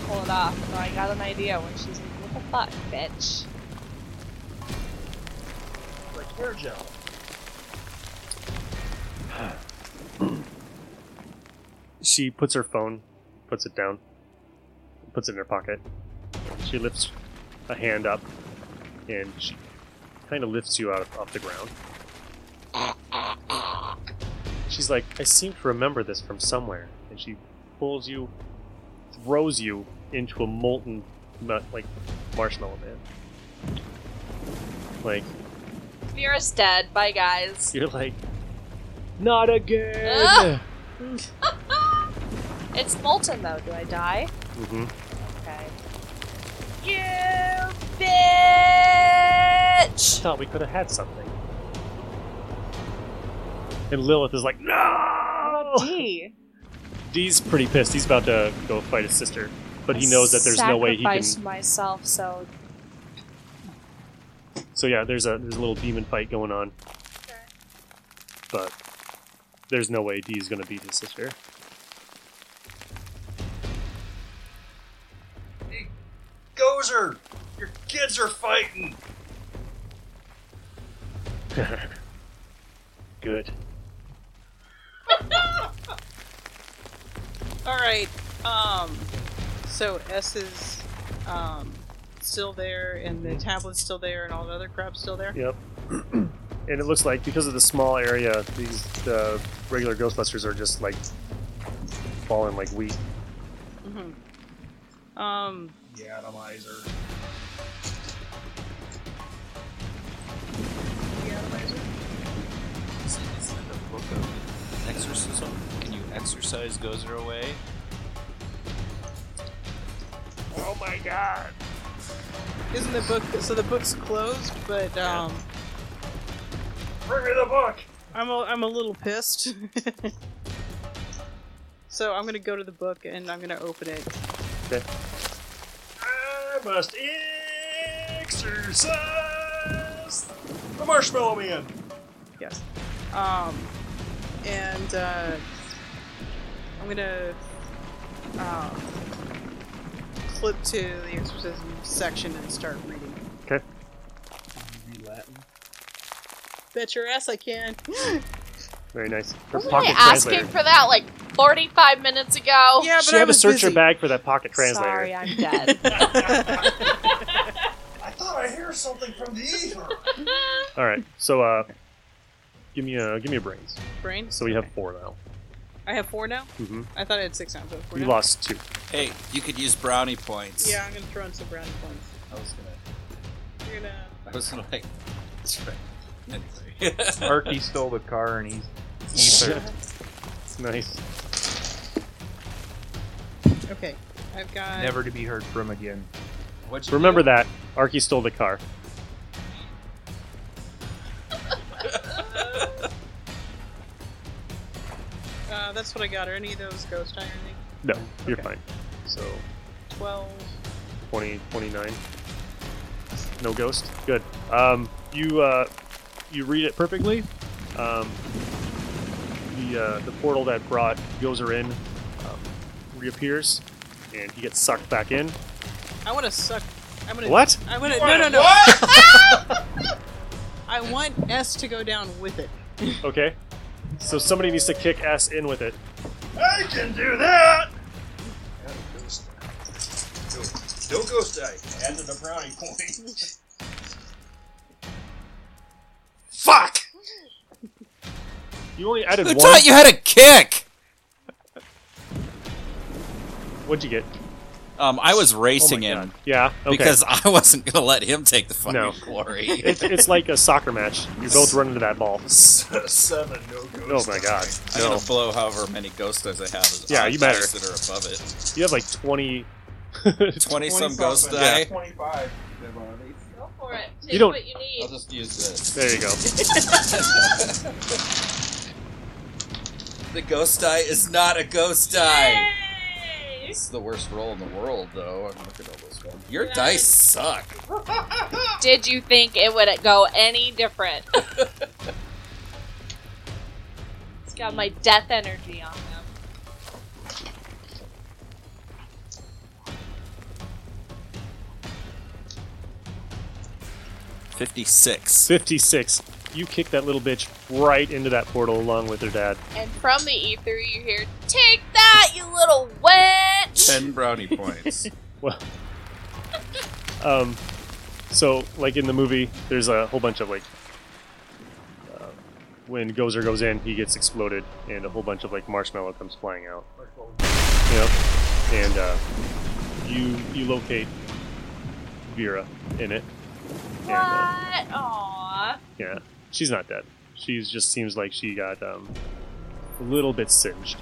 Speaker 5: Pull it off. No, I got an idea when she's like, what the fuck, bitch?
Speaker 7: like hair gel.
Speaker 2: She puts her phone, puts it down, puts it in her pocket. She lifts a hand up, and she kind of lifts you out of, off the ground. She's like, I seem to remember this from somewhere, and she pulls you, throws you into a molten, nut, like marshmallow man. Like
Speaker 5: Vera's dead. Bye, guys.
Speaker 2: you're like, not again.
Speaker 5: Ah! it's molten, though. Do I die?
Speaker 2: hmm
Speaker 5: Okay. You bitch!
Speaker 2: thought we could have had something. And Lilith is like, no!
Speaker 5: D.
Speaker 2: Dee's pretty pissed. He's about to go fight his sister, but he knows that there's no way he can.
Speaker 5: Sacrificed myself, so
Speaker 2: So yeah, there's a there's a little demon fight going on, but there's no way Dee's gonna beat his sister.
Speaker 7: Gozer, your kids are fighting.
Speaker 2: Good.
Speaker 6: All right. Um. So S is um still there, and the tablet's still there, and all the other crap's still there.
Speaker 2: Yep. and it looks like because of the small area, these the regular Ghostbusters are just like falling like wheat.
Speaker 6: Mm-hmm. Um.
Speaker 7: The atomizer.
Speaker 4: Is it, is it a book of exorcism? Can you exorcise Gozer away?
Speaker 2: Oh my god!
Speaker 6: Isn't the book so? The book's closed, but um,
Speaker 7: Bring me the book.
Speaker 6: I'm a, I'm a little pissed. so I'm gonna go to the book and I'm gonna open it.
Speaker 7: I must exercise the marshmallow man.
Speaker 6: Yes. Um, and uh, I'm gonna um, flip to the exorcism section and start reading.
Speaker 2: 'Kay.
Speaker 6: Bet your ass I can.
Speaker 2: Very nice. Her
Speaker 5: wasn't I
Speaker 2: pocket
Speaker 5: asking
Speaker 2: translator.
Speaker 5: for that like 45 minutes ago?
Speaker 6: yeah, but
Speaker 2: Oh, she
Speaker 6: I
Speaker 2: had to
Speaker 6: was
Speaker 2: search her
Speaker 6: busy.
Speaker 2: bag for that pocket translator.
Speaker 5: Sorry, I'm dead.
Speaker 7: I thought I heard something from the ether.
Speaker 2: All right, so uh, give me a give me a brains.
Speaker 6: Brain.
Speaker 2: So we have four now.
Speaker 6: I have four now.
Speaker 2: Mm-hmm.
Speaker 6: I thought I had six now, but four
Speaker 2: You
Speaker 6: now.
Speaker 2: lost two.
Speaker 4: Hey, you could use brownie points.
Speaker 6: Yeah, I'm gonna throw in some brownie points.
Speaker 4: I was gonna.
Speaker 6: You're gonna.
Speaker 4: I was gonna like. Anyway.
Speaker 3: Arky stole the car and he's
Speaker 2: It's nice.
Speaker 6: Okay, I've got.
Speaker 3: never to be heard from again.
Speaker 4: What'd you
Speaker 2: Remember
Speaker 4: do?
Speaker 2: that Arky stole the car.
Speaker 6: Uh, that's what I got. Are any of those ghost ironing?
Speaker 2: No, you're fine. So
Speaker 6: Twelve.
Speaker 2: 20, 29. No ghost. Good. Um, you uh, you read it perfectly. Um, the uh, the portal that brought Gozer in um, reappears, and he gets sucked back in.
Speaker 6: I want to suck. I'm gonna.
Speaker 2: What?
Speaker 6: I want to.
Speaker 8: wanna
Speaker 6: No, no, no.
Speaker 8: What?
Speaker 6: I want S to go down with it.
Speaker 2: Okay. So somebody needs to kick ass in with it.
Speaker 7: I can do that. Add a ghost die. No, no ghost die. Add to the brownie point. Fuck!
Speaker 2: You only added
Speaker 4: Who
Speaker 2: one.
Speaker 4: taught you how to kick?
Speaker 2: What'd you get?
Speaker 4: Um, I was racing
Speaker 2: Oh my
Speaker 4: him
Speaker 2: Yeah, okay.
Speaker 4: because I wasn't going to let him take the fucking
Speaker 2: No.
Speaker 4: glory.
Speaker 2: it's, it's like a soccer match. You both run into that ball.
Speaker 7: Seven, no
Speaker 2: Oh
Speaker 7: ghost.
Speaker 2: my god.
Speaker 4: I'm
Speaker 2: No.
Speaker 4: going to blow however many ghost dice I have. as
Speaker 2: Yeah,
Speaker 4: odd
Speaker 2: you better.
Speaker 4: dice That are above it.
Speaker 2: You have like 20.
Speaker 4: 20 some
Speaker 9: 20-something.
Speaker 4: ghost
Speaker 9: Yeah.
Speaker 4: die.
Speaker 9: 25.
Speaker 5: Go for it. Take
Speaker 2: You don't-
Speaker 5: what you need.
Speaker 4: I'll just use this.
Speaker 2: There you go.
Speaker 4: The ghost die is not a ghost die.
Speaker 5: Yay!
Speaker 4: It's the worst roll in the world, though. I'm looking at this one. Your
Speaker 5: Yeah.
Speaker 4: dice suck.
Speaker 5: Did you think it would go any different? it's got my death energy on them.
Speaker 4: Fifty-six.
Speaker 2: 56. You kick that little bitch right into that portal along with her dad.
Speaker 5: And from the ether, you hear, "Take that, you little witch!"
Speaker 4: Ten brownie points.
Speaker 2: Um, so, like in the movie, there's a whole bunch of like. uh, When Gozer goes in, he gets exploded, and a whole bunch of like marshmallow comes flying out. Yep. And uh, you you locate Vera in it.
Speaker 5: What?
Speaker 2: And, uh,
Speaker 5: Aww.
Speaker 2: yeah, she's not dead. She just seems like she got um, a little bit singed.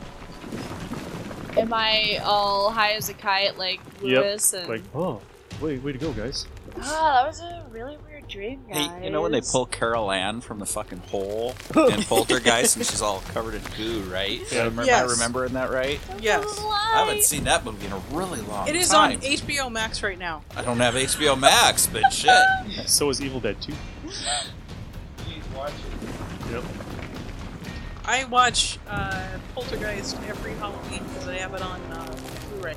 Speaker 5: Am I all high as a kite, like Lewis? And
Speaker 2: Like, oh, way way to go, guys.
Speaker 5: ah, that was a really weird dream, guys.
Speaker 4: Hey, you know when they pull Carol Ann from the fucking pole in Poltergeist and she's all covered in goo, right?
Speaker 2: Yeah.
Speaker 4: Am I
Speaker 6: Yes.
Speaker 4: remembering that right?
Speaker 6: Yes.
Speaker 4: I haven't seen that movie in a really long time.
Speaker 6: It is on HBO Max right now.
Speaker 4: I don't have HBO Max, but shit.
Speaker 2: So is Evil Dead 2.
Speaker 9: Please watch it.
Speaker 6: I watch uh, Poltergeist every Halloween because I have it on uh, Blu-ray.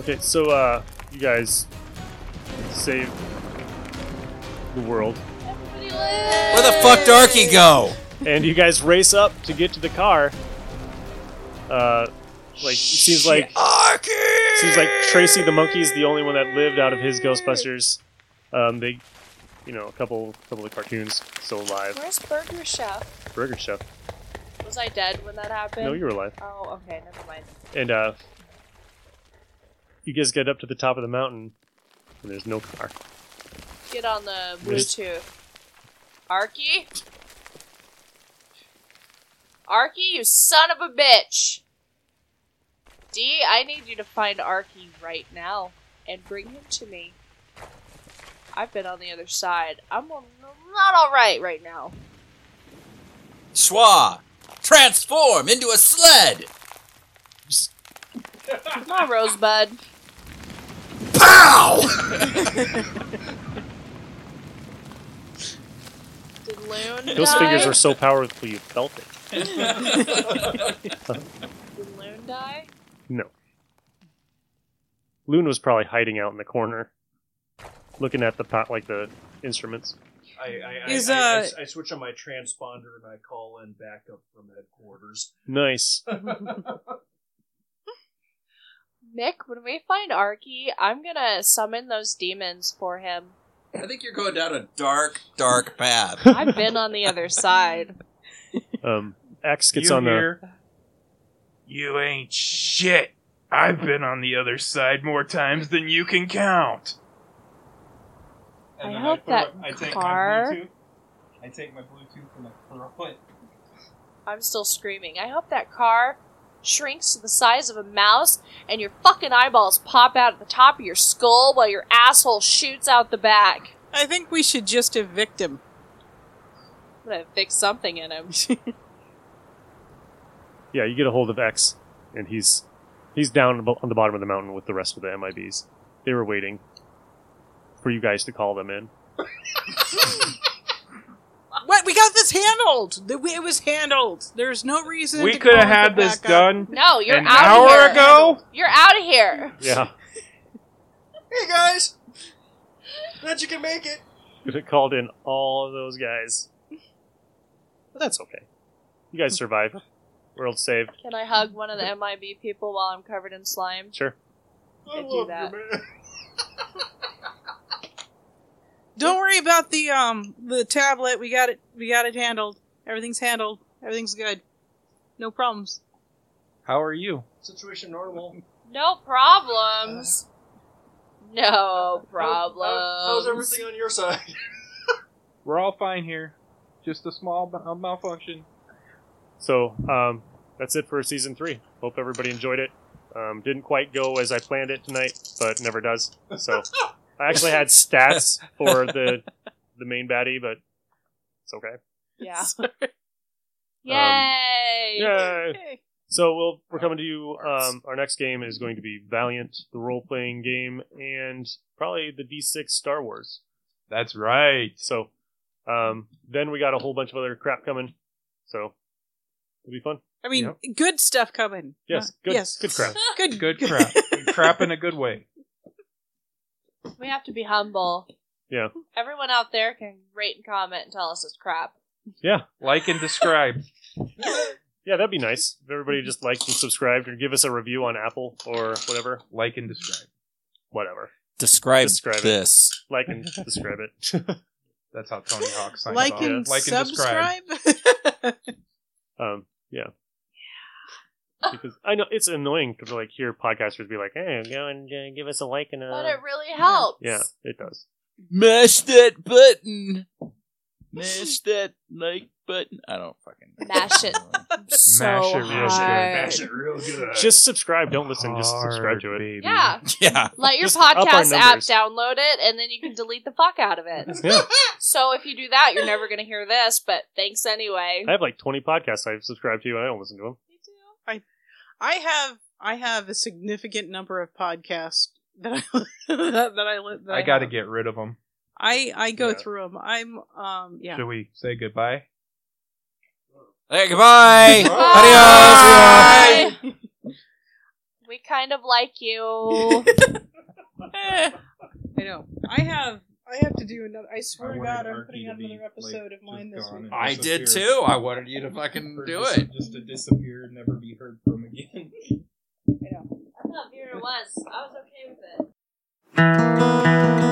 Speaker 2: Okay, so uh, you guys save the world,
Speaker 5: Everybody
Speaker 4: Where the
Speaker 5: live.
Speaker 4: fuck did Arky go?
Speaker 2: and you guys race up to get to the car. Uh, like it seems like
Speaker 4: Arky!
Speaker 2: seems like Tracy the monkey is the only one that lived out of his Ghostbusters. Um, they, you know, a couple couple of the cartoons still alive.
Speaker 5: Where's Burger Chef?
Speaker 2: Burger Chef.
Speaker 5: Was I dead when that happened?
Speaker 2: No, you were alive.
Speaker 5: Oh, okay, never mind.
Speaker 2: And uh, you guys get up to the top of the mountain, and there's no car.
Speaker 5: Get on the
Speaker 2: Just-
Speaker 5: Bluetooth. Arky? Arky, you son of a bitch! D, I need you to find Arky right now and bring him to me. I've been on the other side. I'm not alright right now.
Speaker 4: Schwa! Transform into a sled!
Speaker 5: Come on, Rosebud.
Speaker 4: Pow!
Speaker 5: Did Loon
Speaker 2: Those
Speaker 5: die?
Speaker 2: fingers were so powerful you felt it.
Speaker 5: Did Loon die?
Speaker 2: No. Loon was probably hiding out in the corner, looking at the pot like the instruments.
Speaker 7: I, I, I,
Speaker 6: Is,
Speaker 7: I- I
Speaker 6: uh,
Speaker 7: s- I switch on my transponder and I call in backup from headquarters.
Speaker 2: Nice.
Speaker 5: Mick, when we find Arky, I'm gonna summon those demons for him.
Speaker 4: I think you're going down a dark, dark path.
Speaker 5: I've been on the other side.
Speaker 2: Um, Axe gets
Speaker 3: you
Speaker 2: on the
Speaker 3: hear? You ain't shit. I've been on the other side more times than you can count.
Speaker 5: I
Speaker 9: then
Speaker 5: hope
Speaker 9: put
Speaker 5: that
Speaker 9: my- I take
Speaker 5: car-
Speaker 9: My Bluetooth, I take my Bluetooth and I throw it.
Speaker 5: I'm still screaming. I hope that car shrinks to the size of a mouse and your fucking eyeballs pop out at the top of your skull while your asshole shoots out the back.
Speaker 6: I think we should just evict him.
Speaker 5: I'm gonna fix something in him.
Speaker 2: yeah. You get a hold of X, and he's he's down abo- on the bottom of the mountain with the rest of the MIBs. They were waiting for you guys to call them in.
Speaker 6: What? We got this handled. The- It was handled. There's no reason.
Speaker 3: We
Speaker 6: to
Speaker 3: could have
Speaker 6: call it
Speaker 3: had
Speaker 6: the
Speaker 3: this
Speaker 6: backup.
Speaker 3: done
Speaker 5: No, you're
Speaker 3: an
Speaker 5: out
Speaker 3: hour
Speaker 5: of here.
Speaker 3: ago.
Speaker 5: You're out of here.
Speaker 2: Yeah,
Speaker 7: hey guys, glad you can make it.
Speaker 2: could have called in all of those guys. But that's okay. You guys survived. World saved.
Speaker 5: Can I hug one of the MIB people while I'm covered in slime?
Speaker 2: Sure.
Speaker 7: I
Speaker 5: I do
Speaker 7: love
Speaker 5: that.
Speaker 7: you, man.
Speaker 6: Don't worry about the um the tablet. We got it. We got it handled. Everything's handled. Everything's good. No problems.
Speaker 3: How are you?
Speaker 7: Situation normal.
Speaker 5: No problems.
Speaker 7: Oh,
Speaker 5: No problems.
Speaker 7: How- How's everything on your side?
Speaker 9: We're all fine here. Just a small b- a malfunction.
Speaker 2: So um, that's it for season three. Hope everybody enjoyed it. Um, didn't quite go as I planned it tonight, but never does. So I actually had stats for the the main baddie, but it's okay.
Speaker 5: Yeah.
Speaker 9: Um,
Speaker 5: Yay!
Speaker 2: Yay!
Speaker 6: Hey.
Speaker 2: So we'll, we're coming to you. Um, our next game is going to be Valiant, the role playing game, and probably the D6 Star Wars.
Speaker 9: That's right.
Speaker 2: So um, then we got a whole bunch of other crap coming. So it'll be fun.
Speaker 6: I mean, good stuff coming.
Speaker 2: Yes,
Speaker 6: Uh,
Speaker 2: good,
Speaker 6: yes.
Speaker 2: good crap.
Speaker 6: Good.
Speaker 9: Good crap. crap in a good way.
Speaker 5: We have to be humble.
Speaker 2: Yeah.
Speaker 5: Everyone out there can rate and comment and tell us it's crap.
Speaker 9: Like and describe.
Speaker 2: Yeah, that'd be nice. If everybody just liked and subscribed, or give us a review on Apple or whatever,
Speaker 9: Like and describe.
Speaker 2: whatever.
Speaker 4: Describe,
Speaker 2: Describe it.
Speaker 4: this.
Speaker 2: Like and describe it.
Speaker 9: That's how Tony Hawk signed
Speaker 6: Like
Speaker 9: off.
Speaker 6: and,
Speaker 9: like and describe.
Speaker 6: subscribe.
Speaker 2: Um, yeah. Because I know it's annoying to like hear podcasters be like, "Hey, go and uh, give us a like and a."
Speaker 5: But it really helps.
Speaker 2: yeah, it does.
Speaker 4: Mash that button. Mash that like button. I don't fucking
Speaker 5: Mash it. So
Speaker 9: Mash it real good.
Speaker 5: hard.
Speaker 7: Mash it real good.
Speaker 2: Just subscribe. Don't listen. just subscribe to it.
Speaker 9: Baby.
Speaker 5: Yeah.
Speaker 4: Yeah.
Speaker 5: Let your
Speaker 2: Just up our
Speaker 5: podcast app
Speaker 2: numbers.
Speaker 5: download it and then you can delete the fuck out of it.
Speaker 2: Yeah.
Speaker 5: So if you do that, you're never going to hear this, but thanks anyway.
Speaker 2: I have like 20 podcasts I've subscribed to, and I don't listen to them.
Speaker 5: Me too.
Speaker 6: I have I have a significant number of podcasts that I that, that I li- that
Speaker 9: I got to
Speaker 6: have.
Speaker 9: get rid of them.
Speaker 6: I I go
Speaker 2: Yeah.
Speaker 6: through 'em. through them. I'm um yeah.
Speaker 9: Should we say goodbye?
Speaker 4: Hey, goodbye.
Speaker 5: Bye.
Speaker 4: Adios.
Speaker 5: We kind of like you.
Speaker 6: I know. I have I have to do another. I swear to
Speaker 9: wanted
Speaker 6: God, I'm
Speaker 9: Arky
Speaker 6: putting
Speaker 9: to
Speaker 6: out
Speaker 9: be,
Speaker 6: another
Speaker 9: like,
Speaker 6: episode of mine
Speaker 9: just
Speaker 6: this
Speaker 9: gone
Speaker 6: week.
Speaker 9: and-
Speaker 4: I did too. I wanted you to fucking do it.
Speaker 9: Just to disappear and never be heard from again.
Speaker 5: I thought Vera was. I was okay with it.